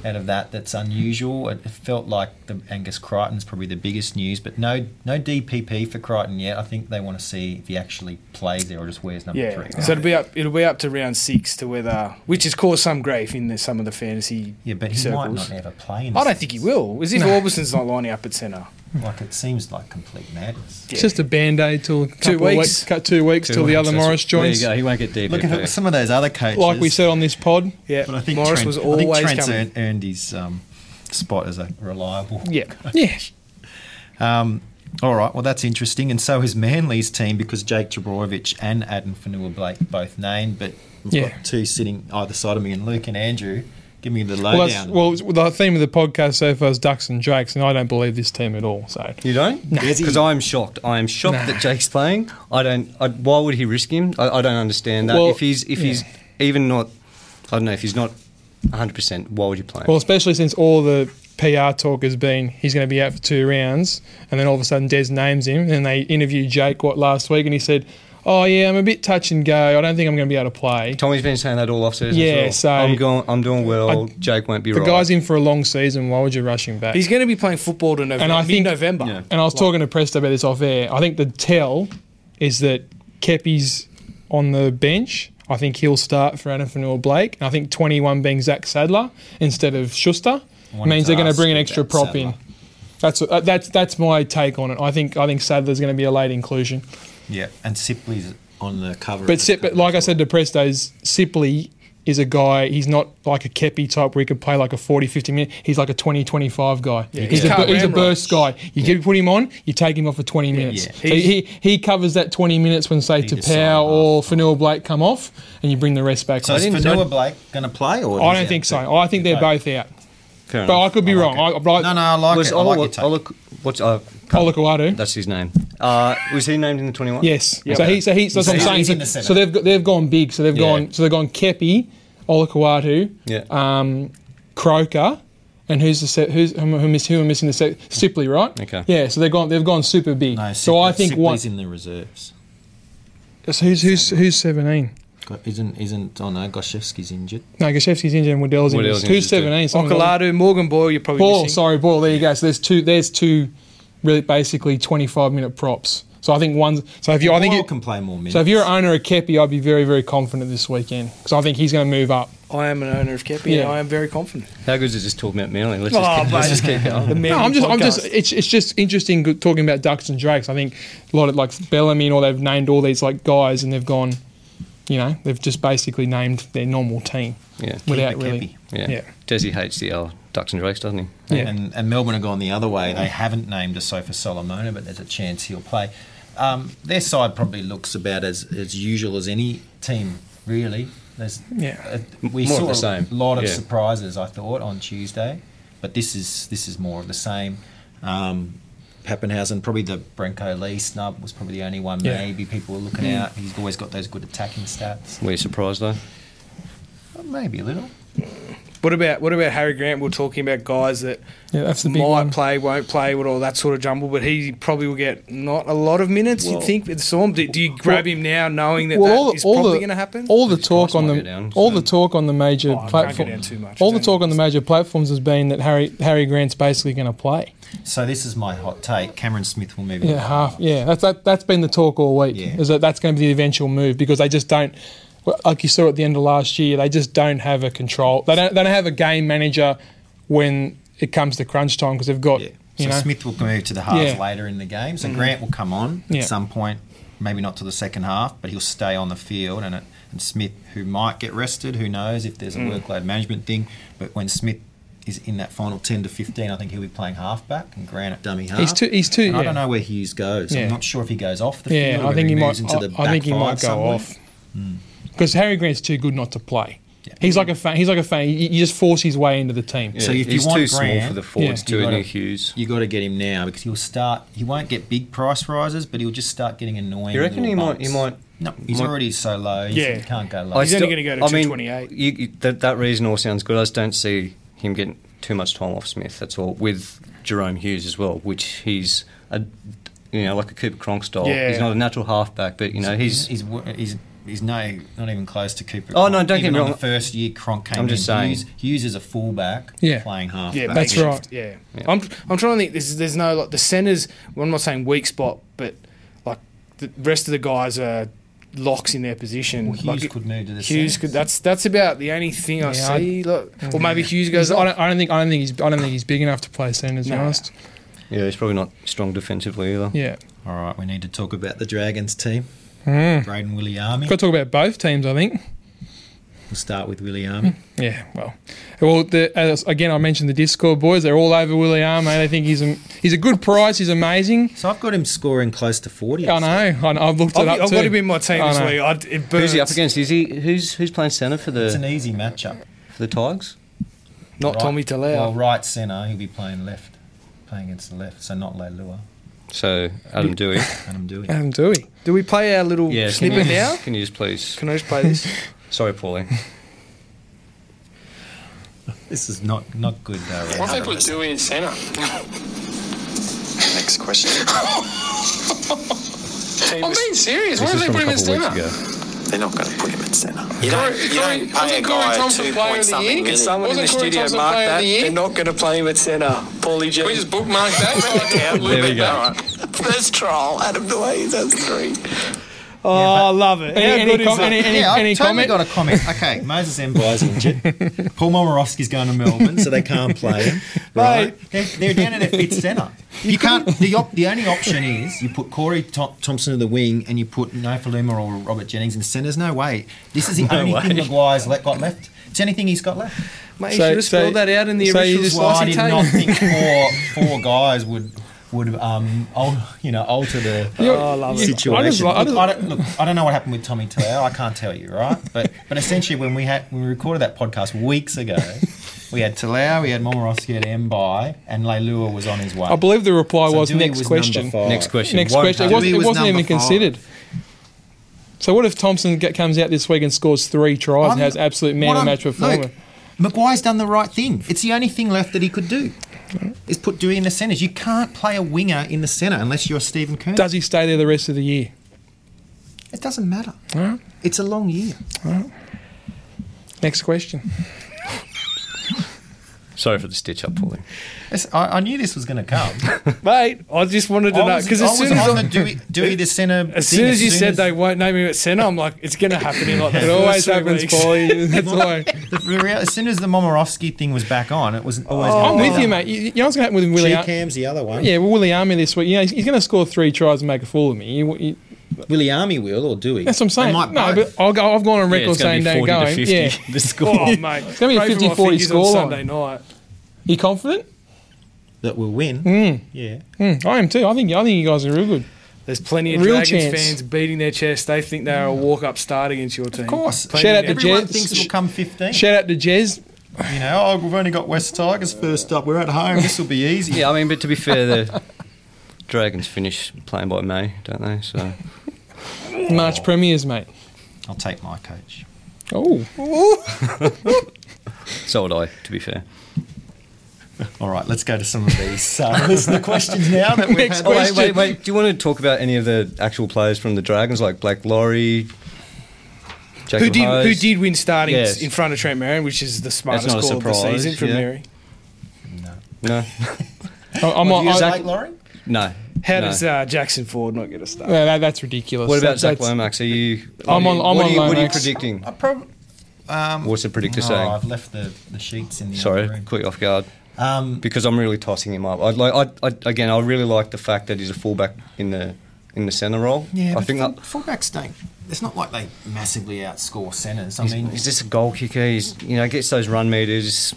S1: out of that that's unusual? It it felt like the Angus Crichton's probably the biggest news, but no no DPP for Crichton yet. I think they want to see if he actually plays there or just wears number
S4: Yeah.
S1: three.
S4: So it'll be up. It'll be up to round six to whether, which has caused some grief in the, some of the fantasy.
S1: yeah, but he might
S4: circles.
S1: not ever play. In
S4: I
S1: this.
S4: don't think he will. As if Orbison's not lining up at centre.
S1: Like it seems like complete madness.
S2: It's just a band aid till a couple of
S4: weeks.
S2: weeks. Cut two weeks
S3: Two
S2: till the
S3: wins,
S2: other
S3: that's-
S2: Morris joins.
S3: There you go. He won't get DPP.
S1: Look at some of those other coaches.
S2: Like we said on this pod,
S4: Yeah,
S1: but I think
S4: Morris
S1: Trent,
S4: was
S1: I think
S4: always
S1: Trent's
S4: coming.
S1: earned, earned his um, spot as a reliable
S4: Yeah,
S2: yeah,
S1: Um, all right, well, that's interesting. And so is Manly's team because Jake Jabrojevich and Adam Fanua Blake both named, but we've
S2: Yeah.
S1: got two sitting either side of me, and Luke and Andrew. Give me the
S2: well, that's,
S1: lowdown.
S2: well, the theme of the podcast so far is ducks and drakes, and I don't believe this team at all. So
S3: You don't? Because I'm shocked. I am shocked
S2: Nah.
S3: that Jake's playing. I don't. I, why would he risk him? I, I don't understand that.
S2: Well,
S3: if he's if he's even not, I don't know. If he's not 100, percent why would you play him?
S2: Well, especially since all the PR talk has been he's going to be out for two rounds, and then all of a sudden Des names him, and they interviewed Jake what last week, and he said, "Oh yeah, I'm a bit touch and go. I don't think I'm going to be able to play."
S3: Tommy's been saying that all off season.
S2: Yeah,
S3: as well.
S2: so-
S3: I'm going. I'm doing well.
S2: I-
S3: Jake won't be
S2: The
S3: right.
S2: guy's in for a long season. Why would you rush him back?
S4: he's going to be playing football to November,
S2: And I think-
S4: mid-November.
S3: Yeah.
S2: and I was talking to Presto about this off air. I think the tell is that Kepi's on the bench. I think he'll start for Anafanua Blake. And I think 21 being Zach Sadler instead of Schuster
S1: wanted
S2: means
S1: to
S2: they're going to
S1: ask
S2: bring an
S1: about
S2: extra prop in.
S1: Sadler.
S2: That's uh, that's that's my take on it. I think I think Sadler's going to be a late inclusion.
S1: yeah, and Sipley's on the cover.
S2: But, Sip, but like I said to Presto's, Sipley is a guy, he's not like a Kepi type where he could play like a 40, 50 minute. He's like a 20, 25 guy. he's,
S4: he's
S2: a,
S4: Carl
S2: bu- he's a
S4: Ramrod.
S2: burst guy. You get put him on, you take him off for 20 minutes.
S1: Yeah.
S2: So he, he covers that 20 minutes when, say,
S1: He just signed
S2: Tapau
S1: off.
S2: or Fanua Blake come off, and you bring the rest back
S1: so
S2: on.
S1: is Fanua Blake going to play? Or
S2: I don't think so. I think they're both out.
S3: Fair
S2: But I
S3: enough.
S2: could be
S1: I like
S2: wrong. I, but I,
S1: Oh, No, no, I like
S3: was
S1: it. I like your
S3: Ola,
S1: take.
S3: Ola, what's uh,
S2: Olakau'atu.
S3: that's his name. Uh, was he named in the 21?
S2: Yes.
S4: Yeah.
S2: So he, so he, so that's
S1: He's-
S2: what I'm
S1: he's
S2: saying.
S1: in the
S2: So,
S1: centre.
S2: so they've got, they've gone big. So they've
S3: Yeah.
S2: gone. So they've gone Kepi, Olakawatu,
S3: Yeah.
S2: um, Croker, and who's the se- who's who, am- who, miss, who am missing the se- Sipley, right?
S3: Okay.
S2: Yeah. So they've gone they've gone super big.
S1: No,
S2: so I think
S1: Sipley's
S2: one.
S1: in the reserves.
S2: so who's who's who's seventeen?
S1: Go- Isn't isn't oh no, Goshevsky's injured.
S2: No, Gashevsky's injured and Waddell's injured.
S3: Waddell's
S2: Two
S3: injured too.
S2: seventeen.
S4: Okolado, Morgan Boyle, you're probably
S2: Ball,
S4: missing.
S2: sorry, ball. There you go. So there's two. There's two, really basically 25 minute props. So I think one's. So if you, I think.
S1: Boyle
S2: You,
S1: can play more minutes.
S2: so if you're an owner of Kepi, I'd be very, very confident this weekend because I think he's going to move up.
S4: I am an owner of Kepi and
S2: Yeah.
S4: I am very confident.
S3: How good is this talking about Manly? Let's
S4: Oh,
S3: just keep, let's
S4: mate.
S3: just keep going.
S4: The Manly
S2: No, I'm just, I'm just.
S4: podcast.
S2: It's, it's just interesting good, talking about ducks and drakes. I think a lot of like Bellamy and all they've named all these like guys and they've gone, you know, they've just basically named their normal team
S3: Yeah,
S2: without
S1: it
S2: really.
S1: Kepi.
S3: yeah.
S2: Yeah.
S3: Desi hates the old ducks and drakes, doesn't he?
S2: Yeah.
S1: And, and Melbourne have gone the other way. They haven't named a Sofa Solomona, but there's a chance he'll play. Um, their side probably looks about as, as usual as any team, really. There's,
S2: Yeah.
S1: uh, we
S3: More of
S1: saw
S3: the same,
S1: a lot of
S3: yeah.
S1: surprises, I thought, on Tuesday, but this is this is more of the same. Um, Pappenhausen, probably the Brenko Lee snub was probably the only one.
S2: Yeah. Mm.
S1: Maybe people were looking out. He's always got those good attacking stats.
S3: Were you surprised though?
S1: Maybe a little.
S4: What about what about Harry Grant? We We're talking about guys that
S2: Yeah, that's the big
S4: might
S2: one.
S4: play, won't play, with all that sort of jumble. But he probably will get not a lot of minutes.
S3: Well-
S4: you think with Storm? Do, do you grab him now, knowing that that is probably going to happen?
S2: All the
S3: His
S2: talk
S3: price
S2: on
S3: might
S2: the
S3: go down,
S2: all
S3: so-
S2: the talk on the major
S4: Oh, I can't go down
S2: platforms.
S4: too much.
S2: All the
S4: Don't
S2: talk on the major platforms has been that Harry Harry Grant's basically going to play.
S1: So this is my hot take. Cameron Smith will move. in.
S2: Yeah, half. Yeah, that's that, that's been the talk all week.
S1: Yeah.
S2: Is that that's going to be the eventual move because they just don't. well, Like you saw at the end of last year, they just don't have a control. They don't. They don't have a game manager when it comes to crunch time because they've got.
S1: Yeah.
S2: You
S1: So
S2: know,
S1: Smith will move to the halves
S2: Yeah. Mm-hmm.
S1: later in the game. So Grant will come on
S2: Yeah.
S1: at some point, maybe not to the second half, but he'll stay on the field. And, it, and Smith, who might get rested, who knows if there's a
S2: Mm.
S1: workload management thing. But when Smith is in that final 10 to 15, I think he'll be playing halfback and Grant at dummy half.
S2: he's too. He's too.
S1: and I
S2: yeah.
S1: don't know where Hughes goes.
S2: Yeah.
S1: I'm not sure if he goes off the
S2: Yeah,
S1: field.
S2: I
S1: or
S2: think
S1: if
S2: he might.
S1: moves
S2: I,
S1: into the
S2: I
S1: back
S2: think he might
S1: five
S2: go
S1: somewhere. Hmm.
S2: off because Harry Grant's too good not to play.
S1: Yeah.
S2: He's like a fan. He's like a fan. You, you just force his way into the team.
S1: So
S3: Yeah,
S1: if you
S3: he's
S1: want
S3: too
S1: Grant-
S3: small for the forwards
S2: Yeah.
S3: too,
S1: You
S3: isn't
S1: gotta-
S3: he, Hughes?
S1: You got to get him now because he'll start. He won't get big price rises, but he'll just start getting annoying.
S3: You reckon
S1: little
S3: he might?
S1: bumps.
S3: He might.
S1: No, he's
S3: Might-
S1: already so low. He's,
S4: Yeah.
S1: he can't go
S3: I
S1: low.
S4: He's only
S3: still-
S4: gonna go to
S3: I mean,
S4: 228.
S3: You, you, that, that reason all sounds good. I just don't see him getting too much time off Smith. That's all. With Jerome Hughes as well, which he's a, you know, like a Cooper Cronk style.
S4: Yeah.
S3: He's not a natural halfback, but you know, he's.
S1: he's he's he's no not even close to Cooper.
S3: Oh, no,
S1: Cronk.
S3: don't get
S1: even
S3: me
S1: on
S3: wrong.
S1: The first year Cronk came
S3: I'm just
S1: in.
S3: saying.
S1: Hughes, Hughes is a fullback.
S2: Yeah.
S1: playing half.
S4: Yeah,
S2: That's
S4: makeshift,
S2: right.
S4: Yeah.
S3: Yeah.
S4: I'm I'm trying to think. There's there's no like the centers. Well, I'm not saying weak spot, but like the rest of the guys are locks in their position.
S1: Well, Hughes
S4: like,
S1: could move to the
S4: Hughes
S1: centres.
S4: could. That's that's about the only thing I
S2: Yeah, I-
S4: see. Look, or maybe Hughes
S2: Because
S4: goes.
S2: I
S4: off.
S2: don't, I don't think I don't think he's I don't think he's big enough to play centre. To be
S4: No.
S2: honest,
S3: Yeah, he's probably not strong defensively either.
S2: yeah.
S1: All right, we need to talk about the Dragons team.
S2: Hmm.
S1: Braden Williami.
S2: Got to talk about both teams. I think.
S1: We'll start with Williami.
S2: Yeah, well, well. The, as, again, I mentioned the Discord boys. They're all over Willie Arme. They think he's a, he's a good price. He's amazing.
S1: So I've got him scoring close to forty.
S2: I know. I know. I've looked it
S4: I've,
S2: up
S4: I've
S2: too.
S4: got him in my team
S2: I
S4: this
S2: know.
S4: week. I, it
S3: Who's he up
S4: burns.
S3: against? Is he who's who's playing centre for
S1: It's an
S3: the
S1: easy matchup.
S3: for the Tigers?
S4: Not
S1: Right-
S4: Tommy Talao.
S1: Well, right centre, he'll be playing left, playing against the left. So not Leilua.
S3: So Adam Dewey.
S1: And I'm doing.
S2: Adam Dewey.
S4: Do we play our little
S3: Yeah, can you,
S4: snippet now?
S3: Can you just please?
S4: Can I just play this?
S3: Sorry, Paulie.
S1: This is not not good. uh, Though,
S5: I think we do in centre.
S6: Next question.
S5: I'm being serious. Why
S3: This
S5: don't
S3: is
S5: they
S3: from a
S5: put him
S3: couple
S5: in
S3: of weeks
S5: centre?
S3: ago.
S6: They're not going to put him at centre.
S5: You
S6: don't- you don't pay a guy two point something
S5: Can
S6: million.
S5: someone in the
S6: Wasn't Corey
S5: studio
S6: Thompson
S5: mark
S6: player of
S5: that?
S6: the year?
S5: They're not going to play him at centre. Paulie G.
S6: We just bookmark that.
S5: There we
S3: go.
S6: First trial, Adam Dewey, that's three.
S4: Oh, I love it. How
S2: Any, any,
S4: good is
S2: com-
S4: that?
S2: any, any,
S1: yeah, I've
S2: any
S1: totally
S2: comment?
S1: got a comment. Okay, [laughs] Moses Embiid's
S2: [laughs]
S1: injured. Paul Momorowski's going to Melbourne, so they can't play
S2: [laughs]
S1: him. Right? They're, they're down at their fifth centre. You can't. The, op- the only option is you put Corey Tho- Thompson in the wing and you put Nofaluma or Robert Jennings in centre. There's no way. This is the only thing Maguire's le- got left. It's the only thing he's got left.
S4: Mate, you
S2: So-
S4: should have spelled
S2: so-
S4: that out in the
S2: so you
S4: original
S2: just-
S1: Well, I
S4: Spicy
S1: did
S4: Tape.
S1: not think
S2: [laughs]
S1: four four guys would would um al- you know alter the
S4: Oh, I love it.
S1: situation.
S2: I just like- I
S1: look,
S2: just-
S1: I don't, look, I don't know what happened with Tommy Talao. I can't tell you, right? But but essentially, when we had when we recorded that podcast weeks ago, we had Talao, we had Momorowski at Mbai, and Leilua was on his way.
S2: I believe the reply
S1: So
S2: was
S1: Dewey
S2: next
S1: was
S2: question.
S1: number five.
S3: Oh. Next question.
S2: Next
S3: Won't
S2: question. It
S3: happen.
S2: wasn't,
S1: Dewey
S2: it
S1: was
S2: wasn't
S1: number
S2: even
S1: five.
S2: considered. So what if Thompson g- comes out this week and scores three tries
S1: I'm-
S2: and has absolute man
S1: what
S2: of the
S1: I'm-
S2: match performance?
S1: Look, Maguire's done the right thing. It's the only thing left that he could do. Is put Dewey in the centres. You can't play a winger in the centre unless you're Stephen Kerr.
S2: Does he stay there the rest of the year?
S1: It doesn't matter.
S2: All right.
S1: It's a long year.
S2: Next question.
S3: Sorry for the stitch up, Paulie.
S1: It's, I, I knew this was going to
S2: [laughs]
S1: come.
S4: Mate, I just wanted to
S1: I
S4: know
S1: was,
S4: because
S1: I
S4: as
S1: was
S4: soon as
S1: on
S4: I,
S1: the Dewey,
S2: [laughs]
S1: Dewey the Centre.
S4: as soon as you said they won't name him at centre, I'm like, it's going to happen [laughs] in like the
S2: It
S4: first
S2: always
S4: three
S2: happens,
S4: weeks.
S2: Paulie. [laughs] That's
S3: [laughs]
S2: why.
S1: The real- as soon as the Momorowski thing was back on, it was always.
S2: Oh, I'm with you, mate. You, you know what's going to happen with Willie?
S7: Willie
S2: Ar-
S7: Cam's the other one.
S2: yeah, well, Willie Army this week. You know, he's, he's going to score three tries and make a fool of me. You- you-
S7: Willie Army will or Dewey.
S2: that's what I'm saying.
S7: They might
S2: no,
S7: both.
S2: but I'll go, I've gone on record
S3: it's gonna
S2: saying don't
S3: be
S2: go him. Yeah,
S3: [laughs] the score.
S4: [laughs] Oh, mate. It's
S2: gonna be a 50-40 scoreline.
S4: Sunday night.
S2: you confident?
S7: that will win. Yeah.
S2: Mm, I am too. I think I think you guys are real good.
S4: There's plenty of
S2: Real
S4: Dragons
S2: chance.
S4: fans beating their chest. They think they're a walk-up start against your team.
S1: Of course.
S4: Plenty
S2: Shout out to
S4: of-
S1: Everyone
S2: Jets.
S1: thinks we'll come 15.
S2: Shout out to Jez.
S1: You know, oh, we've only got West Tigers first up. We're at home. This will be easy.
S3: Yeah, I mean, but to be fair, the Dragons finish playing by May, don't they? So
S2: March premiers, mate.
S1: I'll take my coach.
S2: Oh,
S3: so would I. To be fair,
S1: All right, let's go to some of these uh, [laughs] listener questions now that we've
S2: Next
S1: had.
S3: oh, wait, wait, wait. Do you want to talk about any of the actual players from the Dragons, like Blake Laurie? Jacob
S4: Who did, who
S3: Hayes?
S4: did win starting
S3: Yes.
S4: in front of Trent Marion, which is the smartest
S3: not a
S4: call of the
S3: surprise,
S4: season from
S3: yeah.
S4: Mary.
S3: No,
S2: I, I'm
S1: Well,
S2: not.
S1: you
S2: I-
S1: Zach
S3: Zach-
S1: Laurie?
S3: no.
S4: How
S3: No.
S4: does uh, Jackson Ford not get a start?
S2: well, Oh, that- that's ridiculous.
S3: What about
S2: That-
S3: Zach
S2: that's-
S3: Lomax? Are you?
S2: I'm
S3: what
S2: on-
S3: are
S2: I'm
S3: you-
S2: on
S3: What are you
S2: Lomax.
S3: predicting?
S1: I prob- um,
S3: What's the predictor
S1: no,
S3: saying?
S1: I've left the, the sheets in the other
S3: uh, Sorry,
S1: room.
S3: quick off guard.
S1: Um,
S3: because I'm really tossing him up. I'd like, I, I, again, I really like the fact that he's a fullback in the in the centre role.
S1: yeah,
S3: I
S1: but
S3: think
S1: full,
S3: that.
S1: fullbacks don't. It's not like they massively outscore centres. I
S3: He's,
S1: mean,
S3: he's just a goal kicker. He's you know gets those run meters.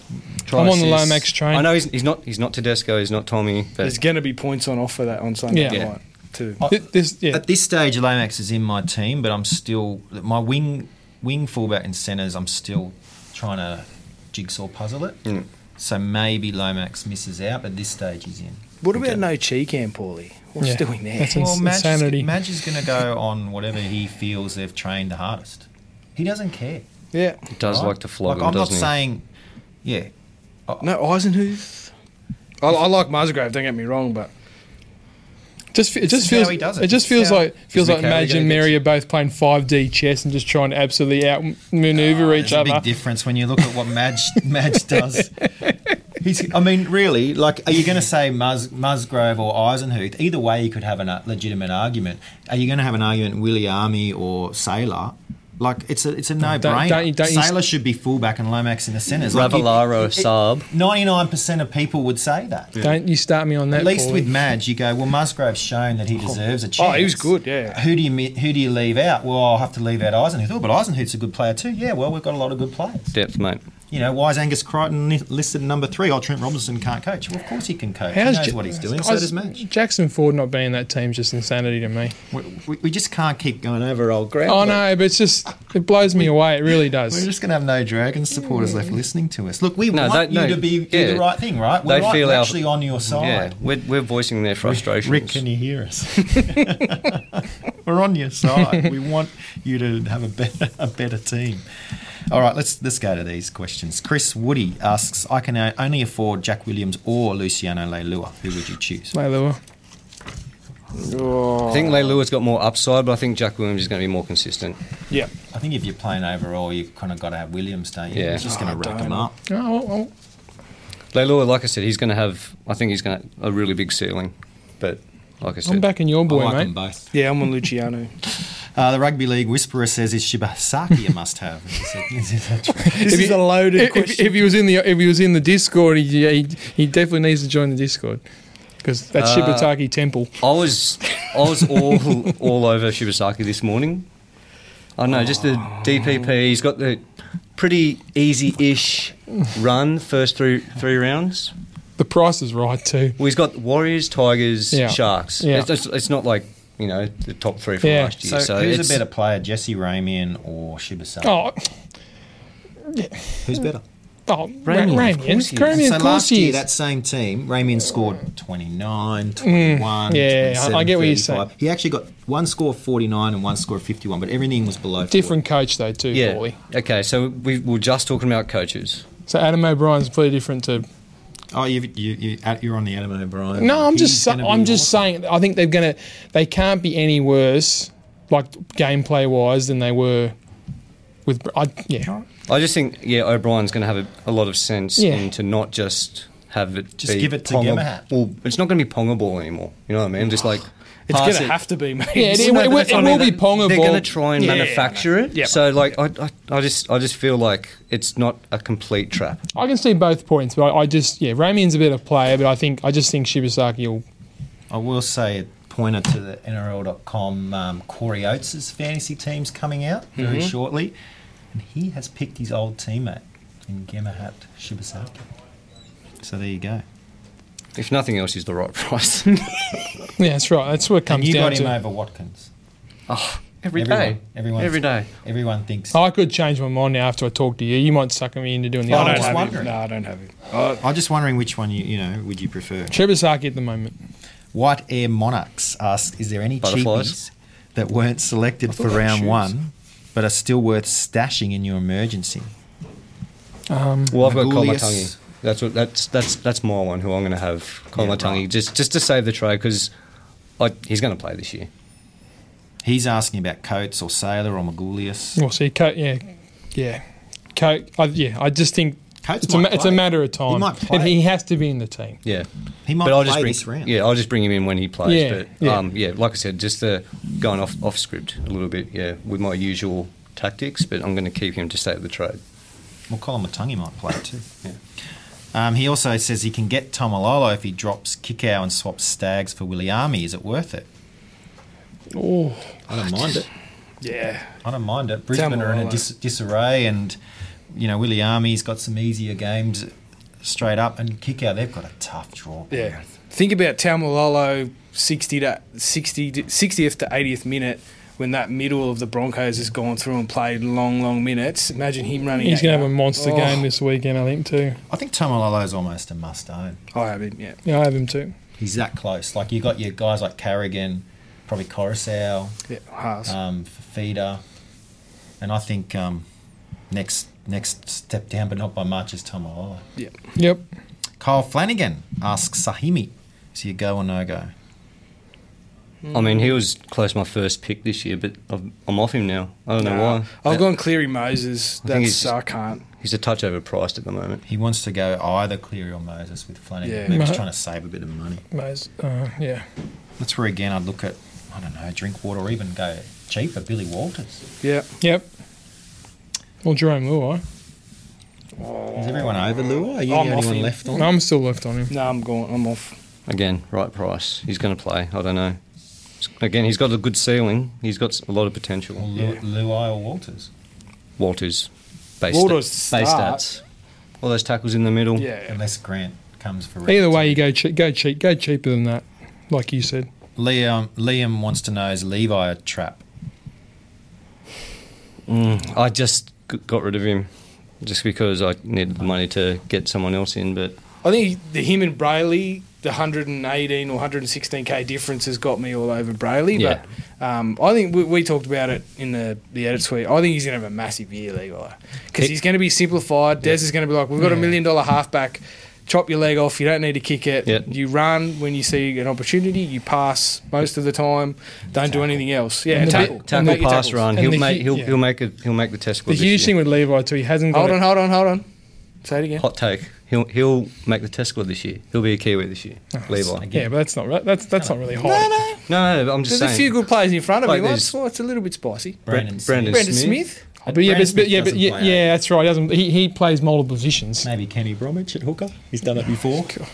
S2: I'm on the
S3: assists.
S2: Lomax train.
S3: I know he's, he's not he's not Tedesco. He's not Tommy.
S4: There's
S3: But
S4: going to be points on offer that on Sunday
S2: Yeah.
S4: night too.
S2: Thi- This, yeah.
S1: At this stage, Lomax is in my team, but I'm still my wing wing fullback and centres. I'm still trying to jigsaw puzzle it.
S3: Mm.
S1: So maybe Lomax misses out, but this stage he's in.
S4: What about no cheek and Paulie? What's
S2: Yeah.
S4: doing there?
S2: That's ins-
S1: Madge is-
S2: insanity.
S1: Madge is going to go on whatever he feels they've trained the hardest. He doesn't care.
S4: yeah.
S3: he does
S1: right?
S3: like to
S1: Like,
S3: flog him,
S1: I'm not
S3: doesn't he?
S1: saying, yeah,
S4: No Eisenhuth. I, I like Musgrave. Don't get me wrong, but
S2: Just, fe- it just
S1: is how
S2: feels.
S1: he does it.
S2: it. just
S1: This is
S2: feels
S1: how-
S2: like feels
S3: Mick
S2: like
S3: Harry
S2: Madge
S3: gonna
S2: and
S3: get
S2: Mary are both playing five D chess and just trying to absolutely outmaneuver each
S1: There's a
S2: other.
S1: big difference when you look at what Madge Madge does.
S2: [laughs]
S1: He's, I mean, really, like, are you going to say Mus, Musgrove or Eisenhuth? Either way, you could have a legitimate argument. Are you going to have an argument Willie Army or Sailor? Like, it's a it's a no brainer.
S2: don't you- don't you-
S1: Sailor should be fullback and Lomax in the centres.
S3: Ravalaro Saab.
S1: Ninety nine percent of people would say that.
S2: Don't you start me on that.
S1: At least
S2: Paulie.
S1: with Madge, you go, well, Musgrave's shown that he deserves a chance.
S4: oh, he was good. Yeah.
S1: Who do you mi- who do you leave out? Well, I'll have to leave out Eisenhuth. Oh, but Eisenhuth's a good player too. Yeah, well, we've got a lot of good players.
S3: Depth, mate.
S1: You know, why is Angus Crichton li- listed number three? Oh, Trent Robinson can't coach. Well, of course he can coach. he knows
S2: Ja-
S1: what he's doing.
S2: I
S1: So
S2: was-
S1: does
S4: [laughs]
S1: Madge.
S2: Jackson Ford not being in that team is just insanity to me.
S1: We, we, we just can't keep going over old ground.
S2: Oh
S1: Look,
S2: no, but it's just it blows me away. It really
S1: We're
S2: does.
S1: just going to have no Dragons supporters left listening to us. Look, we
S3: No,
S1: want
S3: they-
S1: you
S3: no,
S1: to be do
S3: yeah.
S1: the right thing, right? We're,
S3: They
S1: right,
S3: feel
S1: we're
S3: our-
S1: actually on your
S3: Yeah,
S1: side.
S3: we're, we're voicing their frustrations.
S1: Rick, can you hear us? [laughs] we're on your side. We want you to have a better, a better team. All right, let's let's go to these questions. Chris Woody asks, "I can o- only afford Jack Williams or Luciano Leilua. Who would you choose?"
S2: Leilua.
S3: I think Leilua's got more upside, but I think Jack Williams is going to be more consistent.
S4: Yeah.
S1: I think if you're playing overall, you've kind of got to have Williams, don't you?
S3: Yeah.
S1: He's just going to rack them up.
S2: Oh, well, well,
S3: Leilua, like I said, he's going to have. I think he's going to a really big ceiling, but like I said,
S2: I'm backing your boy, mate.
S1: both.
S4: Yeah, I'm on Luciano.
S1: Uh, the rugby league whisperer says, "Is Shibasaki a must-have?" [laughs] Is it- is that true?
S4: [laughs] This
S2: If
S4: is
S2: you-
S4: a loaded
S2: If, if,
S4: question.
S2: if he was in the if he was in the Discord, he he, he definitely needs to join the Discord because that's
S3: Uh,
S2: Shibataki Temple.
S3: I was I was all [laughs] all over Shibasaki this morning. I know, just the DPP. He's got the pretty easy-ish run first three three rounds.
S2: The price is right too.
S3: Well, he's got Warriors, Tigers,
S2: Yeah.
S3: Sharks.
S2: Yeah.
S3: It's, it's, it's not like you know the top three from
S2: Yeah.
S3: last year.
S1: so,
S3: So,
S1: who's
S3: it's,
S1: a better player, Jesse Ramian or Shibasaki?
S2: Oh,
S1: Who's better?
S2: oh,
S3: Ramian, of
S2: Ramian,
S3: course he
S2: Ramian,
S3: is.
S2: Ramian,
S1: so
S2: of course
S1: last
S2: he
S1: year,
S2: is. Mm,
S1: that same team, Ramian scored 29, 21,
S2: yeah, I-
S1: 27,
S2: I get what you're
S1: 35.
S2: saying.
S1: He actually got one score of 49 and one score of 51, but everything was below 40.
S2: Different coach though too,
S3: Yeah.
S2: Paulie.
S3: Okay, so we we were just talking about coaches.
S2: So Adam O'Brien's pretty different to.
S1: Oh, you, you, you, you're on the Adam O'Brien.
S2: No, I'm
S1: He's
S2: just sa-
S1: gonna be
S2: I'm just
S1: awesome.
S2: saying. I think they're gonna they can't be any worse like gameplay wise than they were with. I, yeah,
S3: I just think, yeah, O'Brien's going to have a, a lot of sense
S2: Yeah.
S3: into not just have it
S1: Just
S3: be
S1: give it to
S3: Ponga-
S1: Yamaha.
S3: Well, it's not going to be Ponga ball anymore. You know what I mean? Just like
S4: It's
S3: pass
S4: going to
S3: it.
S4: have to be, mate.
S2: yeah, it, it,
S3: No,
S2: it,
S3: but that's
S2: it
S3: what I
S2: will
S3: mean,
S2: be Ponga
S3: They're
S2: ball.
S3: going to try and
S4: Yeah,
S3: manufacture it.
S4: Yeah.
S3: So like, I, I, I just, I just feel like it's not a complete trap.
S2: I can see both points, but I, I just yeah, Ramian's a bit of player, but I think I just think Shibasaki will.
S1: I will say pointer to the NRL.com um, Corey Oates' fantasy team's coming out very
S2: Mm-hmm.
S1: shortly, and he has picked his old teammate in Gemahat Shibasaki. So there you go.
S3: If nothing else, is the right [laughs] price
S2: Yeah, that's right. That's what it
S1: And
S2: comes
S1: you
S2: down
S1: got him
S2: to.
S1: over Watkins.
S3: every
S1: everyone,
S3: day.
S1: Everyone,
S3: Every day.
S1: Everyone thinks.
S2: I could change my mind now after I talk to you. You might sucker me into doing the
S1: I
S4: I
S2: other
S4: don't
S1: was
S2: one.
S4: have
S1: wondering.
S4: him. [laughs] No, I don't have him.
S1: I'm just wondering which one you you know would you prefer?
S2: Shibasaki at the moment.
S1: White Air Monarchs asks, is there any
S3: Butterflies.
S1: cheapies that weren't selected for round
S3: shoes.
S1: one, but are still worth stashing in your emergency?
S2: Um,
S3: Well, I've got
S1: Magulius.
S3: Komatangi. That's what that's that's that's my one. Who I'm going to have Komatangi
S1: right.
S3: just just to save the trade because he's going to play this year.
S1: He's asking about Coates or Sailor or Magulius.
S2: We'll see. Co- yeah, yeah, Co- I, yeah. I just think
S1: Coates
S2: it's a,
S1: might
S2: ma- it's a
S1: play.
S2: matter of time.
S1: He might play.
S2: And he has to be in the team.
S3: Yeah,
S1: He might
S3: but I'll
S1: play
S3: just bring
S1: this round.
S3: yeah I'll just bring him in when he plays.
S2: Yeah,
S3: but
S2: yeah.
S3: Um, yeah, like I said, just the going off off script a little bit. Yeah, with my usual tactics, but I'm going to keep him to save the trade.
S1: Well, Colin Matungi might play too. Um, he also says he can get Tomalolo if he drops Kickow and swaps Stags for Williami. Is it worth it?
S2: Oh,
S1: I don't mind it.
S4: Yeah.
S1: I don't mind it. Brisbane are in a
S4: Tamalolo.
S1: dis- disarray, and you know Williami's got some easier games straight up, and Kickow they've got a tough draw.
S4: Yeah. Think about Tamalolo 60 to 60 to- 60th to 80th minute when that middle of the Broncos has gone through and played long, long minutes. Imagine him running.
S2: he's
S4: that
S2: going to have
S4: yard.
S2: a monster
S4: Oh,
S2: game this weekend, I think too.
S1: I think Tomalolo's almost a must own.
S4: I have him. Yeah.
S2: Yeah, I have him too.
S1: He's that close. Like you got your guys like Carrigan, probably Coruscant,
S4: Yeah. Haas.
S3: Uh,
S1: um, Feeder, and I think um, next next step down, but not by much, is Tomalolo.
S2: Yep.
S1: Kyle Flanagan asks Sahimi, is he a go or no go?
S3: I mean, he was close to my first pick this year, but I've, I'm off him now. I don't know
S4: Nah.
S3: why.
S4: I've gone Cleary Moses.
S3: I think
S4: That's
S3: he's-
S4: I can't.
S3: He's a touch overpriced at the moment.
S1: He wants to go either Cleary or Moses with Flanagan.
S4: Yeah.
S1: Maybe he's
S2: Mo-
S1: trying to save a bit of money.
S2: Maze. Uh, yeah.
S1: That's where again I'd look at, I don't know, Drinkwater or even go cheaper, Billy Walters.
S4: Yeah.
S2: Yep. Well, Jerome Luai.
S3: Oh.
S1: Is everyone over Lua? Are you
S4: I'm
S1: the
S4: off
S1: only one
S4: him.
S1: left on?
S2: No, I'm still left on him.
S4: No, I'm going. I'm off.
S3: Again, right price. He's going to play. I don't know. Again, he's got a good ceiling. He's got a lot of
S1: Or
S3: potential.
S1: Lu- Luai or Walters?
S3: Walters, base,
S4: Walters
S3: base
S4: start.
S3: stats. All those tackles in the middle.
S4: Yeah.
S1: Unless Grant comes for
S2: Either way, you go che- go cheap, go cheaper than that, like you said.
S1: Liam Liam wants to know is Levi a trap?
S3: I just g- got rid of him just because I needed the money to get someone else in. But
S4: I think the him and Brayley, the 118 or 116k difference has got me all over Brayley. But um, I think we, we talked about it in the, the edit suite. I think he's going to have a massive year, Levi, because he's going to be simplified. Des is going to be like, we've got a million dollar halfback. Chop your leg off. You don't need to kick it.
S3: Yeah.
S4: You run when you see an opportunity. You pass most of the time. Don't do anything else. Yeah,
S2: And the
S4: tackle,
S2: bit-
S3: tackle,
S4: Make your
S3: pass,
S4: tackles.
S3: run.
S2: And
S3: He'll
S2: the
S3: make
S2: hu-
S3: he'll,
S2: yeah.
S3: he'll make a he'll make the test
S2: The
S3: squad. this
S2: huge
S3: year.
S2: thing with Levi too, he hasn't got.
S4: Hold
S2: it-
S4: on, hold on, hold on. Say it again.
S3: Hot take. He'll he'll make the test squad this year. He'll be a Kiwi this year. Levi.
S2: Yeah, but that's not right. That's that's not really high.
S4: No, no.
S3: No, no, I'm just
S4: There's a
S3: saying.
S4: few good players in front of
S3: Like
S4: him.
S3: there's-
S4: That's why it's a little bit spicy.
S1: Brandon,
S3: Brandon
S4: Brandon
S3: Smith.
S4: Smith.
S2: Uh, But yeah, but,
S1: Brandon
S2: but yeah,
S1: Smith
S2: but yeah,
S1: doesn't play
S2: yeah, that's right. He doesn't. He, he plays multiple positions.
S1: Maybe Kenny Bromwich at hooker. He's done it
S2: [laughs]
S1: before. New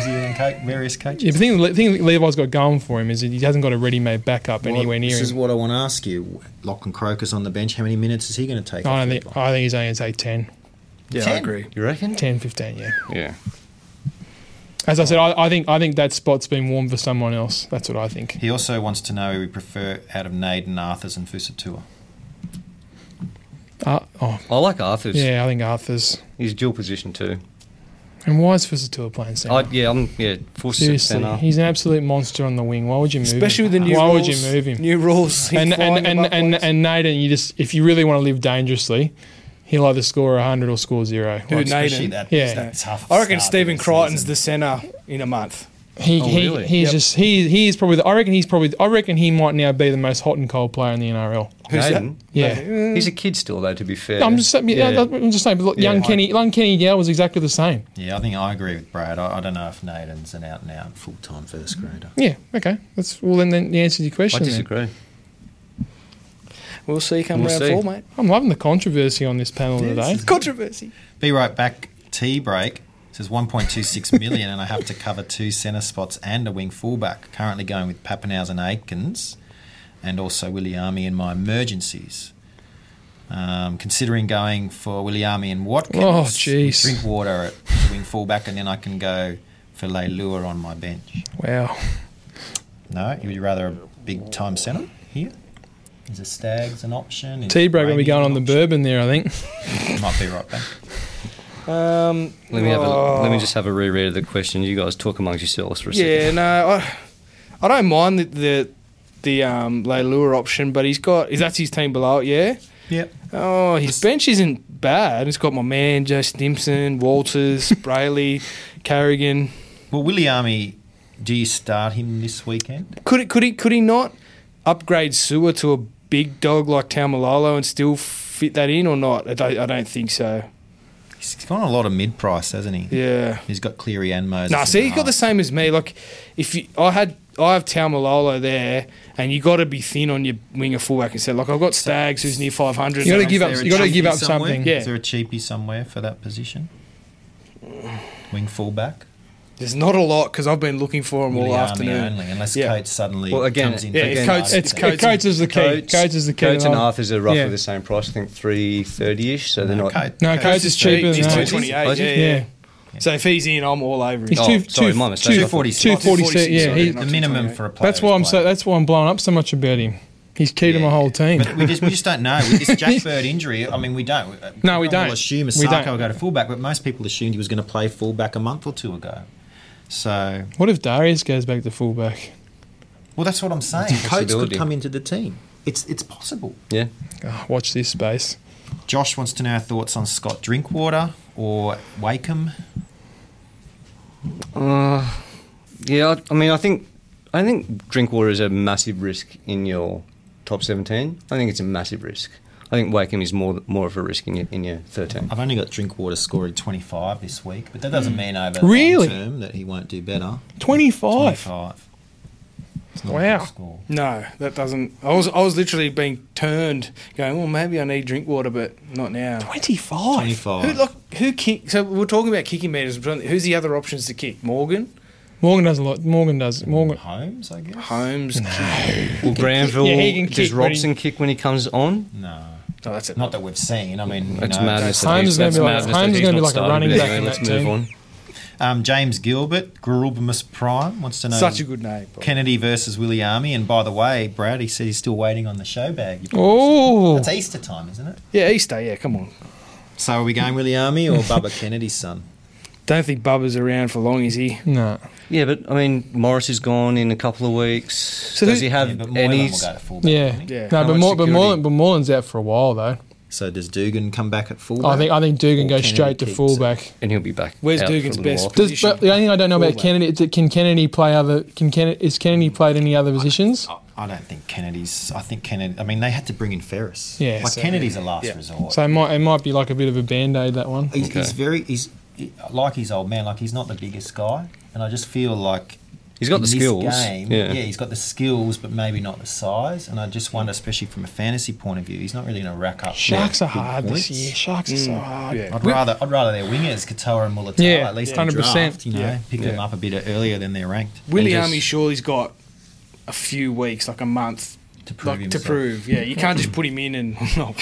S1: Zealand co- various coaches.
S2: Yeah, the thing, the thing Levi's got going for him is that he hasn't got a ready-made backup
S1: Well,
S2: anywhere near
S1: This is
S2: him.
S1: what I want to ask you. Lock and Croker's on the bench. How many minutes is he going to take?
S2: I
S1: off
S2: don't think.
S1: Levi?
S2: I think he's only going to take 10,
S4: Yeah, I
S1: Ten.
S4: agree.
S3: You reckon?
S2: 10, 15, Yeah.
S3: Yeah.
S2: As I said, I, I think I think that spot's been warm for someone else. That's what I think.
S1: He also wants to know who we prefer out of Naden, Arthurs, and Fusatua.
S2: Uh, oh,
S3: I like Arthur's.
S2: yeah, I think Arthur's.
S3: He's dual position too.
S2: And why is Fisatua playing centre?
S3: I, yeah, I'm yeah full
S2: Seriously,
S3: center.
S2: he's an absolute monster on the wing. Why would you move
S4: Especially
S2: him?
S4: with the new
S2: Why
S4: rules.
S2: would you move him?
S4: New rules.
S2: And and, and, and, and Naden, you just if you really want to live dangerously, he'll either score hundred or score zero. Like,
S4: Dude, Naden.
S1: Especially that,
S2: Yeah.
S1: that tough
S4: I reckon
S1: start
S4: Stephen
S1: of the
S4: Crichton's
S1: season.
S4: the centre in a month.
S2: He,
S1: Oh,
S2: he
S1: really?
S2: he's
S4: Yep.
S2: just he he is probably the, I reckon he's probably I reckon he might now be the most hot and cold player in the NRL.
S4: Who's that?
S3: Hayden?
S2: Yeah.
S3: He's a kid still, though. To be fair,
S2: I'm just saying, yeah, I'm just saying. But look, young
S3: Yeah.
S2: Kenny, young Kenny Gow was exactly the same.
S1: Yeah, I think I agree with Brad. I, I don't know if Naden's an out and out full time first
S2: Mm.
S1: grader.
S2: Yeah, okay. That's well. Then, then the answer to your
S3: I
S2: question. then.
S3: disagree.
S4: We'll see come
S3: We'll
S4: round
S3: see.
S4: four, mate.
S2: I'm loving the controversy on this panel today.
S4: Controversy.
S1: Be right back. Tea break. It says
S2: [laughs]
S1: 1.26 million, and I have to cover two centre spots and a wing fullback. Currently going with Pappenhausen and Aikens, and also Williami in my emergencies. Um, considering going for Williami and Watkins.
S2: Oh, jeez.
S1: Drink water at wing fullback, and then I can go for Leilua on my bench.
S2: Wow.
S1: No, you'd rather a big time centre here? Is a Stags an option? Is
S2: Tea break will be
S1: Brady
S2: going
S1: an
S2: on the
S1: option?
S2: bourbon there. I think.
S1: Might be right back.
S4: Um,
S3: Let me have
S4: oh.
S3: a, let me just have a reread of the question. You guys talk amongst yourselves for a
S4: Yeah,
S3: second.
S4: no, I, I don't mind the the, the um, Leilua option, but he's got is that's his team below it, yeah.
S1: Yep.
S4: Oh, his bench isn't bad. It's got my man Joe Stimpson, Walters, [laughs] Brayley, Carrigan.
S1: Well, Williami, do you start him this weekend?
S4: Could it? Could he? Could he not upgrade Sewer to a big dog like Taumalolo and still fit that in or not? I don't, I don't think so.
S1: He's gone a lot of mid price, hasn't he?
S4: Yeah.
S1: He's got Cleary and Moses.
S4: Nah,
S1: in
S4: see, he's got the
S1: half.
S4: same as me. Like, if you, I had, I have Taumalolo there, and you got to be thin on your winger fullback instead. Like, I've got Stags who's near five hundred.
S2: You gotta give
S1: Is
S2: up-
S1: there a
S2: you gotta
S1: cheapie
S2: give up
S1: somewhere?
S2: something.
S4: Yeah.
S1: Is there a cheapie somewhere for that position? Wing fullback.
S4: There's not a lot because I've been looking for him all
S1: Williami
S4: afternoon.
S1: only, unless
S4: Yeah.
S1: Coates suddenly
S3: Well, again,
S1: comes in.
S4: yeah,
S1: for
S4: if
S1: Coates.
S4: Coates-
S2: It's
S4: It's
S2: Coates,
S4: Coates
S2: is the key. Coates, is the key.
S3: Coates
S2: to
S3: and
S2: the whole-
S3: Arthurs are roughly
S2: Yeah.
S3: the same price. I think three thirty ish. So they're
S1: No,
S3: not.
S1: Coates-
S2: No,
S1: Coates-
S2: Coates is cheaper than
S4: He's
S3: that.
S4: two
S2: Arthurs.
S4: twenty eight.
S3: Is he?
S4: Yeah, yeah. So if he's in, I'm all over him.
S2: He's
S3: Oh,
S2: two,
S3: sorry,
S2: two,
S3: my mistake.
S2: two-
S1: 246.
S2: 246, yeah,
S4: Sorry,
S2: he-
S4: not
S1: the minimum
S4: 228.
S1: for a player.
S2: That's why
S1: is
S2: I'm so.
S1: like-
S2: That's why I'm blowing up so much about him. He's key to
S1: Yeah.
S2: my whole team.
S1: But we just we just don't know with this Jackbird injury. I mean, we don't.
S2: No, we
S1: Everyone will
S2: don't.
S1: assume
S2: We don't.
S1: Asako will go to fullback, but most people assumed he was going to play fullback a month or two ago. So,
S2: What if Darius goes back to fullback?
S1: well, that's what I'm saying.
S3: a
S1: Coates could
S3: possibility.
S1: come into the team. It's it's possible.
S3: Yeah.
S2: Oh, watch this space.
S1: Josh wants to know our thoughts on Scott Drinkwater or Wakem.
S3: Yeah, I, I mean, I think I think drink water is a massive risk in your top seventeen. I think it's a massive risk. I think Wakem is more more of a risk in your in your thirteen.
S1: I've only got Drinkwater scoring 25 this week, but that doesn't mean over the
S2: Really?
S1: long term that he won't do better.
S2: Twenty-five.
S1: 25. It's not a
S2: Wow.
S1: good score.
S4: No, that doesn't. I was I was literally being turned, going, well, maybe I need drink water, but not now.
S2: Twenty-five.
S1: 25.
S4: Who like who kick? So we're talking about kicking meters. but Who's the other options to kick? Morgan,
S2: Morgan does a lot. Morgan does. Morgan.
S1: Holmes, I guess.
S4: Holmes.
S3: Well, Granville
S2: Yeah, he can
S3: does
S2: kick, but he-
S3: Robson kick when he comes on?
S1: No.
S4: No, Oh, that's it.
S1: Not that we've seen. I mean, you
S3: That's
S1: know,
S3: madness. that
S2: Holmes
S3: he's-
S2: is gonna
S3: that's
S2: be like-
S3: madness that
S2: Holmes is
S3: he's
S2: gonna
S3: not
S2: be like a
S3: starting,
S2: running
S3: but
S2: back
S3: anyway,
S2: in
S3: Let's
S2: that
S3: move
S2: team.
S3: on.
S1: Um, James Gilbert, Gurulbamus Prime, wants to know
S4: Such a good name. bro.
S1: Kennedy versus Willie Army. And by the way, Brad, he said he's still waiting on the show bag. You probably-
S2: Oh,
S1: It's Easter time, isn't it?
S4: Yeah, Easter. Yeah, come on.
S1: So are we going Willie Army or Bubba Kennedy's son?
S4: Don't think Bubba's around for long, is he?
S2: no.
S3: Yeah, but I mean, Morris is gone in a couple of weeks.
S4: So
S3: does
S4: who-
S3: he have
S1: Yeah, but Moylan
S3: any?
S1: will go to fullback.
S2: Yeah.
S1: won't he?
S4: Yeah.
S2: No,
S3: How
S2: but Mor-
S3: much
S2: but
S3: security?
S2: Moreland, but Moreland's out for a while though.
S1: So does Dugan come back at fullback?
S2: I think I think Dugan
S1: Or
S2: goes
S1: Kennedy
S2: straight to
S1: keeps it.
S2: fullback.
S3: And he'll be back.
S4: Where's
S3: out for a
S4: Dugan's
S3: little
S4: best?
S3: while.
S2: Does,
S4: position.
S2: but the only thing I don't know about
S4: Fullback.
S2: Kennedy is that can Kennedy play other? Can Kennedy, is Kennedy played any other positions?
S1: I- I don't think Kennedy's. I think Kennedy. I mean, they had to bring in Ferris.
S2: Yeah,
S1: like
S2: so-
S1: Kennedy's a last resort.
S2: So it might it might be like a bit of a band aid that one.
S1: he's, he's
S3: Okay.
S1: very. He's he- like his old man. Like he's not the biggest guy, and I just feel like
S3: He's got the
S1: in this
S3: skills.
S1: game,
S3: yeah.
S1: yeah. he's got the skills, but maybe not the size. And I just wonder, especially from a fantasy point of view, he's not really going to rack up.
S2: Sharks are
S1: big
S2: hard this
S1: points.
S2: year. Sharks are so hard.
S4: Mm. yeah.
S1: I'd rather I'd rather their wingers, Katoa and Mulatala,
S2: Yeah,
S1: at least
S2: yeah.
S1: in
S2: 100%.
S1: draft, you know,
S4: Yeah.
S1: pick them up a bit earlier than they're ranked.
S4: Willie
S3: And
S4: Army
S3: just-
S4: surely's got a few weeks, like a month.
S1: To prove
S4: Like, to
S1: himself.
S4: prove, yeah, you can't just put him in and [laughs] no,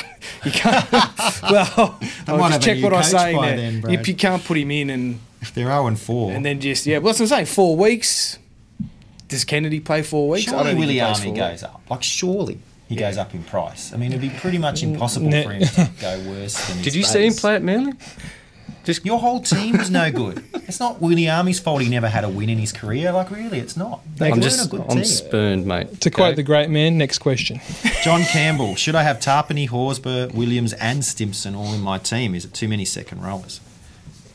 S4: you can't.
S1: [laughs]
S4: well, I'll
S1: might
S4: just
S1: have a
S4: check
S1: new
S4: what I'm
S1: coach
S4: saying
S1: by
S4: there.
S1: then,
S4: you,
S1: Brad.
S4: you can't put him in and
S1: If they're zero and four,
S4: and then just yeah. Well, that's what I'm saying. Four weeks. Does Kennedy play four weeks? I
S1: Surely
S4: don't think he
S1: Willie
S4: plays
S1: Army
S4: four
S1: goes up. Like, surely he goes up in price. I mean, it'd be pretty much impossible
S2: Ne-
S1: for him to go worse than his
S3: Did you see him
S1: base.
S3: play at Manly?
S1: Your whole team was no good. It's not Willie Army's fault he never had a win in his career. Like, really, it's not. They
S3: I'm
S1: weren't
S3: just,
S1: a good
S3: I'm
S1: team.
S3: spurned, mate.
S2: To quote
S3: Okay?
S2: the great man, next question.
S1: John Campbell, should I have Tarpany, Horsburgh, Williams, and Stimpson all in my team? Is it too many second rollers?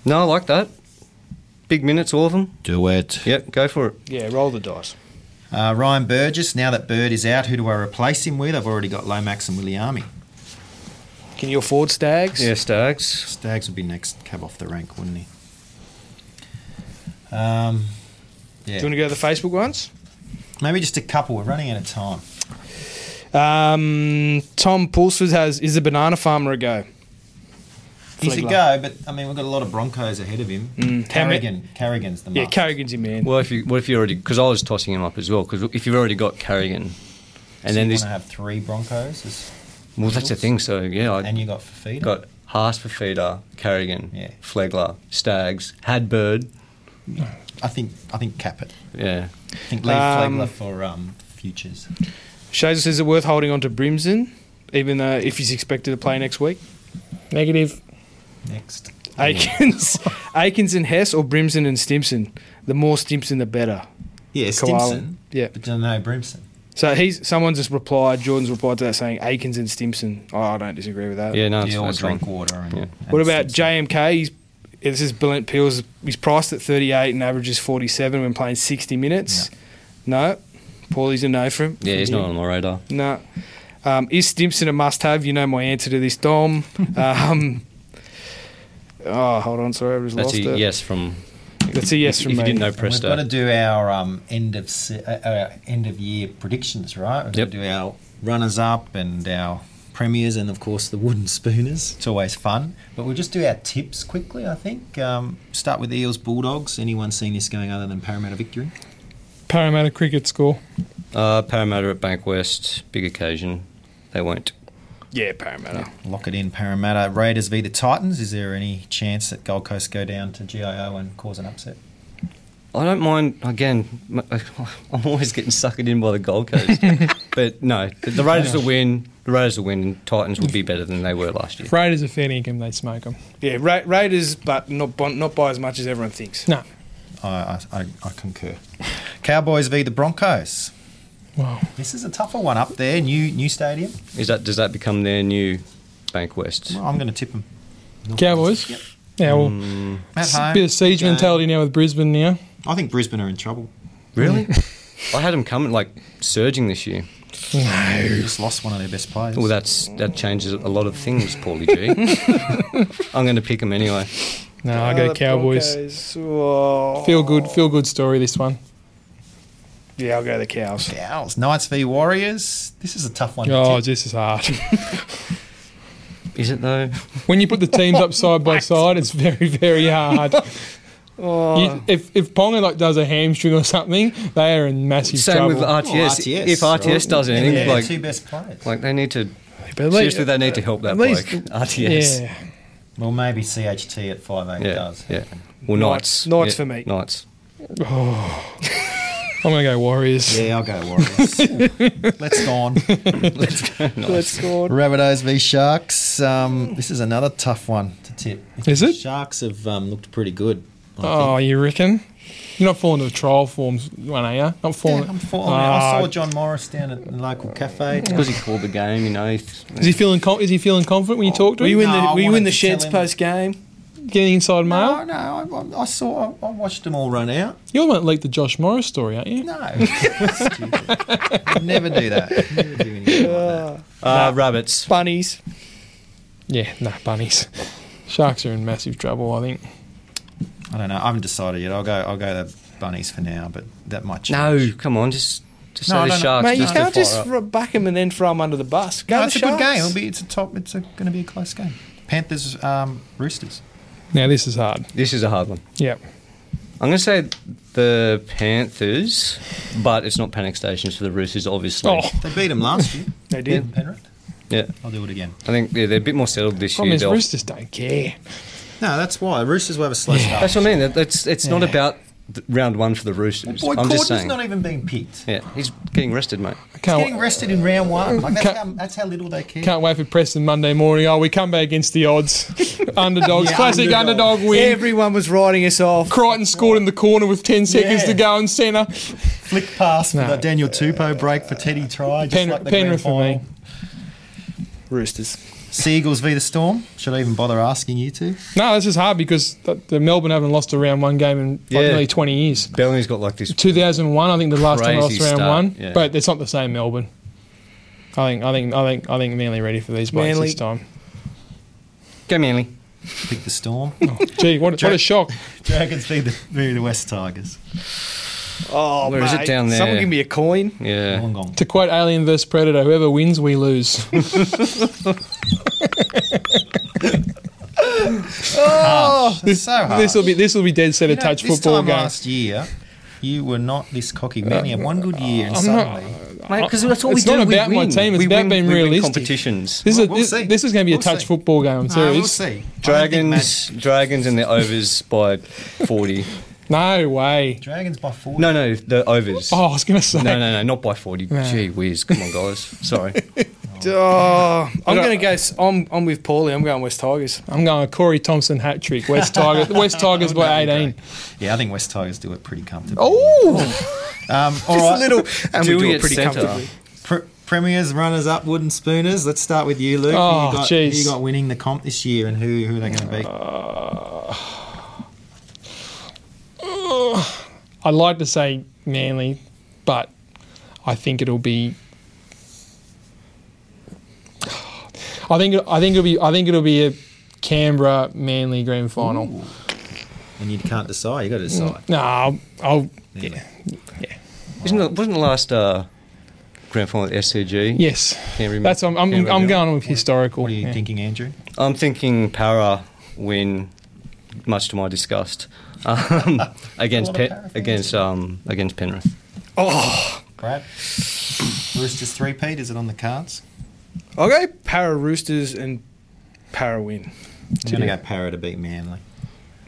S3: No, I like that. Big minutes, all of them.
S1: Do it.
S3: Yep, go for it.
S4: Yeah, roll the dice.
S1: Uh, Ryan Burgess, now that Bird is out, who do I replace him with? I've already got Lomax and Williami.
S4: Can you afford stags?
S3: Yeah, Stags.
S1: Stags would be next cab off the rank, wouldn't he? Um,
S4: Do you want
S1: yeah.
S4: to go to the Facebook ones?
S1: Maybe just a couple. We're running out of time.
S4: Um, Tom Pulsford has is the banana farmer a go?
S1: He's a go,
S4: Flegler.
S1: but I mean, we've got a lot of Broncos ahead of him. Carrigan. Carrigan's the
S4: Mm, Yeah,
S1: muck.
S4: Carrigan's your man.
S3: Well, if you what if you already because I was tossing him up as well because if you've already got Carrigan, and
S1: So
S3: then
S1: you
S3: this
S1: want to have three Broncos, is-
S3: well that's the thing. So yeah, I
S1: and you got Fafita.
S3: got Haas for feeder, Carrigan,
S1: Yeah.
S3: Flegler, Stags, Hadbird.
S1: I think I think cap it.
S3: Yeah,
S1: I think leave
S4: Um,
S1: Flegler for um, futures.
S4: Shazer says, is it worth holding on to Brimson, even though if he's expected to play next week?
S2: Negative.
S1: Next.
S4: Aikens, [laughs] Aikens and Hess or Brimson and Stimson? The more Stimson, the better.
S1: Yeah,
S4: Koala.
S1: Stimson.
S4: Yeah.
S1: But no, Brimson.
S4: So he's someone just replied. Jordan's replied to that saying Aikens and Stimson. Oh, I don't disagree with that.
S3: yeah, no, it's,
S1: Yeah, or
S3: Oh, that's
S1: drink
S3: drink.
S1: water. And,
S3: Yeah.
S1: and
S4: What about
S1: Stimson.
S4: JMK? He's, yeah, this is Brilliant Peels. He's priced at 38 and averages 47 when playing 60 minutes. No. Paulie's a no for him.
S3: Yeah, he's not on my radar.
S4: No. Um, is Stimson a must have? You know my answer to
S3: [laughs]
S4: this, Dom. um, oh, hold on. Sorry, I just
S3: That's
S4: lost
S3: a
S4: it.
S3: yes from.
S4: That's a yes from
S3: if
S4: me.
S3: you didn't know
S1: And We've got to
S3: Presta.
S1: do our um, end of se- uh, uh, end of year predictions, right? We've
S3: Yep.
S1: got to do our runners up and our premiers, and of course the wooden spooners. It's always fun, but we'll just do our tips quickly. I think um, start with Eels Bulldogs. Anyone seen this going other than Parramatta victory?
S2: Parramatta cricket score.
S3: Uh, Parramatta at Bankwest, big occasion. They won't.
S4: Yeah, Parramatta.
S1: Lock it in, Parramatta Raiders v the Titans. Is there any chance that Gold Coast go down to GIO and cause an upset?
S3: I don't mind. Again, m- uh, [laughs] I'm always getting suckered in by the Gold Coast, but no, the- the Raiders will win. The Raiders will win. Titans will be better than they were last year.
S2: Raiders are fair income. They smoke them.
S4: Yeah, Ra- Raiders, but not by, not by as much as everyone thinks.
S2: No.
S1: I, I, I, I concur. Cowboys v the Broncos.
S2: Wow.
S1: This is a tougher one up there. New new stadium.
S3: Is that does that become their new Bankwest?
S1: Well, I'm going to tip them.
S2: Cowboys. Yeah. Well,
S1: At
S2: s-
S1: home.
S2: bit of siege
S1: game.
S2: mentality now with Brisbane. Now
S1: I think Brisbane are in trouble.
S3: Really? I had them coming like surging this year.
S1: They just lost one of their best players.
S3: Well, that's that changes a lot of things, Paulie G. I'm going to pick them anyway.
S2: no, I go
S4: the
S2: Cowboys.
S4: Uh, Broncos. Whoa.
S2: Feel good. Feel good story. This one.
S4: Yeah, I'll go the Cows.
S1: Owls. Knights v Warriors. This is a tough one. to
S2: Oh,
S1: tip.
S2: this is hard.
S3: Is it though?
S2: [laughs] when you put the teams up side [laughs] by side, it's very, very [laughs] hard. You, if if Ponga like does a hamstring or something, they are in massive
S3: Same
S2: trouble.
S3: with RTS. If RTS does
S1: Yeah,
S3: anything,
S1: they're
S3: like
S1: two best players.
S3: like they need to
S2: But at
S3: seriously,
S2: least-
S3: they need to help that
S2: at least-
S3: bloke. RTS.
S2: yeah,
S1: well, maybe CHT at five eight
S3: Yeah,
S1: does.
S3: yeah. Well, Knights.
S4: Knights. Knights
S3: Yeah,
S4: for me.
S3: Knights.
S2: I'm gonna go Warriors.
S1: Yeah, I'll go Warriors. Let's go on.
S4: Let's go.
S1: Rabbitohs v Sharks. Um, this is another tough one to tip.
S2: Is it?
S1: Sharks have um, looked pretty good. I think.
S2: Oh, you reckon? You're not falling to the trial forms one, are you? Not falling.
S1: Yeah, I'm for, I
S2: Ah,
S1: saw John Morris down at the local cafe.
S3: Because he called the game, you know. he-
S2: Is he feeling? Com- is he feeling confident
S1: Oh,
S2: when you talk to
S4: Were
S2: him?
S4: you in
S1: No, I
S4: the, were you
S1: wanted
S4: in the
S1: to tell
S4: sheds
S1: him.
S4: post game?
S2: Getting inside
S1: No,
S2: mail?
S1: no, I, I- I saw, I, I watched them all run out.
S2: You won't leak the Josh Morris story, aren't you?
S1: No, [laughs] Stupid. never do that. Never do anything like that.
S3: Uh, rabbits.
S4: Bunnies.
S2: Yeah, nah, bunnies. Sharks are in massive trouble, I think.
S1: I don't know. I haven't decided yet. I'll go. I'll go the bunnies for now, but that might change.
S3: No, come on, just just
S1: No, I
S3: say
S1: don't know.
S3: the sharks.
S4: Mate, you
S3: just to
S4: can't
S3: fire
S4: just
S3: up.
S4: r- back him and then throw him under the bus. Go
S1: no,
S4: the
S1: it's a good game.
S4: Sharks.
S1: It'll be. It's a top. It's going to be a close game. Panthers, um, Roosters.
S2: Now this is hard.
S3: This is a hard one.
S2: Yep.
S3: I'm going to say the Panthers, but it's not panic stations for the Roosters, obviously.
S2: Oh,
S1: They beat them last year.
S4: They did.
S1: Penrith.
S3: Yeah,
S1: I'll do it again.
S3: I think yeah, they're a bit more settled this
S2: problem
S3: year.
S2: is
S3: They'll-
S2: Roosters don't care.
S1: No, that's why Roosters will have a slow
S3: That's
S1: start.
S3: what I mean. that- That's it's not
S2: Yeah.
S3: about th- round one for the Roosters.
S1: Boy,
S3: I'm just
S1: Corden's
S3: saying.
S1: not even being picked.
S3: yeah, he's getting rested, mate.
S2: I
S1: He's
S2: can't,
S1: getting rested in round one. Like that's,
S2: Can't-
S1: how, that's how little they care.
S2: can't wait for Preston Monday morning. Oh, we come back against the [laughs] odds. Underdogs.
S1: Yeah,
S2: Classic
S1: underdogs.
S2: underdog win.
S4: Everyone was riding us off.
S2: Crichton scored in the corner with 10 seconds
S1: Yeah.
S2: to go in centre.
S1: Flick pass for
S2: No.
S1: the Daniel Tupou break for Teddy Try. Just
S2: Penrith-
S1: like the grand
S2: Penrith for me.
S1: final.
S4: Roosters.
S1: Seagulls v the Storm. Should I even bother asking you two?
S2: No, this is hard because th- the Melbourne haven't lost a round one game in like
S3: Yeah.
S2: nearly 20 years.
S3: Bellamy's got like this.
S2: 2001, I think the last time I lost
S3: Crazy
S2: round
S3: start,
S2: one,
S3: yeah.
S2: but it's not the same Melbourne. I think I think I think I think Manly ready for these blokes
S4: Manly.
S2: this time.
S3: Go Manly.
S1: Pick the
S2: [laughs]
S1: Storm.
S2: Gee, what, what a shock!
S1: Dragons v the, v the West Tigers.
S4: Oh,
S3: Where is it mate, down there?
S4: Someone give me a coin.
S2: [laughs]
S3: Yeah.
S1: Wollongong.
S2: To quote Alien vs Predator, whoever wins,
S1: [laughs]
S2: we lose.
S1: Oh,
S2: this,
S1: so hard.
S2: this will be this will be dead set
S1: You
S2: of
S1: know,
S2: touch
S1: this
S2: football
S1: time
S2: game. Uh,
S1: last year, you were not this cocky. We only had one good year, and
S2: I'm not-
S1: suddenly
S3: Because that's what
S2: It's
S3: we do.
S2: not
S3: we
S2: about my
S3: win.
S2: team, it's
S3: we
S2: about
S3: win,
S2: being
S3: we win
S2: realistic.
S3: competitions.
S2: This is
S1: We'll
S2: this,
S1: see.
S2: this is going to be a
S1: We'll
S2: touch
S1: see.
S2: football game. I'm
S1: Ah,
S2: serious.
S1: we'll see.
S3: Dragons, dragons, and the overs by forty.
S2: No way.
S1: Dragons by four.
S3: No, no, the overs.
S2: Oh, I was going to [laughs] say.
S3: No, no, no, not by forty. Gee whiz! Come on, guys. Sorry.
S4: Oh, I'm
S2: don't-
S4: going to go. s- I'm, I'm with Paulie. I'm going West Tigers.
S2: I'm going with Corey Thompson hat trick.
S1: [laughs]
S2: West Tigers. West Tigers by 18.
S1: Yeah, I think West Tigers do it pretty comfortably.
S2: Oh,
S1: um, all
S4: Just
S1: right. [laughs]
S4: a little. And we do
S3: Dewey
S4: it
S3: at
S4: pretty
S3: centre.
S4: comfortably.
S1: Pre- premiers, runners up, wooden spooners. Let's start with you, Luke. who
S2: Oh,
S1: you got,
S2: jeez. Uh,
S1: who you got winning the comp this year, and who who are they going to be?
S2: I'd like to say Manly, but I think it'll be. I think I think it'll be I think it'll be a Canberra Manly grand final.
S1: and you can't decide. You got to decide.
S2: No, I'll, I'll
S1: Yeah.
S3: Isn't it, wasn't the last uh, grand final at SCG?
S2: yes.
S3: Can't remember-
S2: That's I'm I'm,
S3: can't
S2: I'm
S3: remember.
S2: going with historical.
S1: What are you
S2: yeah.
S1: thinking, Andrew?
S3: I'm thinking Para win, much to my disgust, um, against
S1: A lot of
S3: Pe-
S1: Para fans.
S3: against um, against Penrith.
S1: Brad. Roosters three Pete. Is it on the cards?
S4: I'll go Para Roosters and Para win.
S1: I'm going to go Para to beat Manly.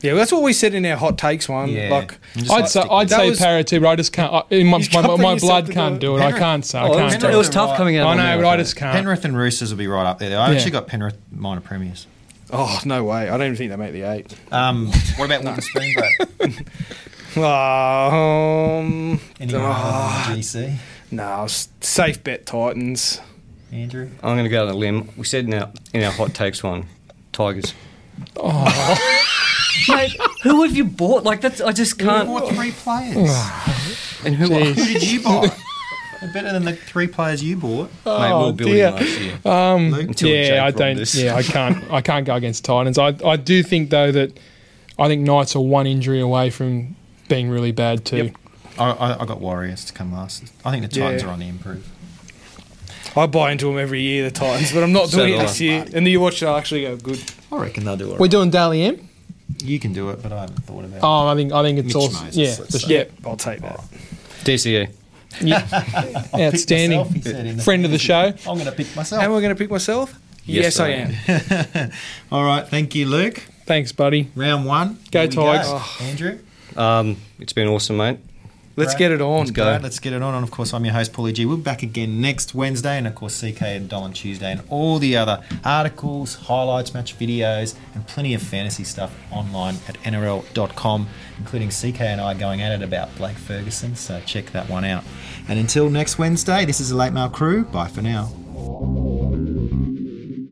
S4: Yeah, that's what we said in our hot takes one.
S1: Yeah.
S4: Like,
S1: I'm just
S2: I'd
S1: Um, like
S2: say
S1: sticking
S2: I'd
S1: with
S2: say
S4: was-
S2: para too, but I just can't. I, in my,
S4: You
S2: my,
S4: can't
S2: my,
S4: bring
S2: my
S4: yourself
S2: blood
S4: to
S2: can't
S4: the-
S2: do it. I
S1: Penrith-
S2: can't say.
S3: Oh, it
S2: I
S3: was-
S2: can't. do
S3: it
S2: it.
S3: was tough coming out.
S2: I
S3: of
S2: know,
S3: Manly,
S2: but I
S3: thought.
S2: just can't.
S1: Penrith and Roosters will be right up there. I
S2: Yeah.
S1: actually got Penrith minor premiers.
S4: oh, no way. I don't even think they make the eight.
S1: [laughs] Um, what about Wooden Spoon, [laughs] Brad?
S4: Um,
S1: Anyone other than GC?
S4: no, nah, s- safe bet Titans.
S1: Andrew?
S3: I'm going to go on a limb. We said in our, in our hot takes one, Tigers. Oh. Mate, who have you bought? Like that's I just can't.
S1: Or three [sighs] players.
S3: And who?
S1: Uh, Who did you [laughs] buy? They're Better than the three players you bought.
S3: Mate, we'll build
S2: dear.
S3: him last year.
S1: Luke?
S3: Until
S2: yeah,
S3: Jake
S2: I
S3: robbed
S2: don't.
S3: us.
S2: Yeah,
S1: [laughs]
S2: I can't. I can't go against Titans. I I do think though that I think Knights are one injury away from being really bad too.
S1: I, I, I got Warriors to come last. I think the Titans
S4: Yeah.
S1: are on the improve.
S4: I buy into them every year, the Titans, but I'm
S3: [laughs]
S4: not
S3: So
S4: doing it
S3: do I.
S4: this year. And you watch, they'll actually go good.
S1: I reckon they'll do all
S2: We're
S1: right.
S2: doing Daly M.
S1: You can do it, but I haven't thought about
S2: Oh, I think I think it's
S1: Mitch
S2: also
S1: Moses,
S2: yeah,
S1: let's
S2: the-
S1: say.
S2: yeah,
S4: I'll take that.
S3: DCE.
S1: it. I'll pick
S2: outstanding.
S1: myself, he said in
S2: Friend of the show.
S1: I'm going to pick
S4: Am
S1: myself.
S4: I going to pick myself?
S3: Yes,
S4: Yes,
S3: I
S4: I am.
S1: All right, thank you, Luke.
S2: Thanks, buddy.
S1: Round one.
S2: Go
S1: Here we
S2: Tigers.
S1: Andrew?
S3: Um, it's been awesome, mate.
S4: Let's
S1: Right.
S4: get it on.
S3: go.
S1: Alright, let's get it on. And of course, I'm your host, Paulie G. We're back again next Wednesday, and of course, CK and Dom on Tuesday, and all the other articles, highlights, match videos, and plenty of fantasy stuff online at NRL.com, including CK and I going at it about Blake Ferguson. So check that one out. And until next Wednesday, this is the Late Mail Crew. Bye for now.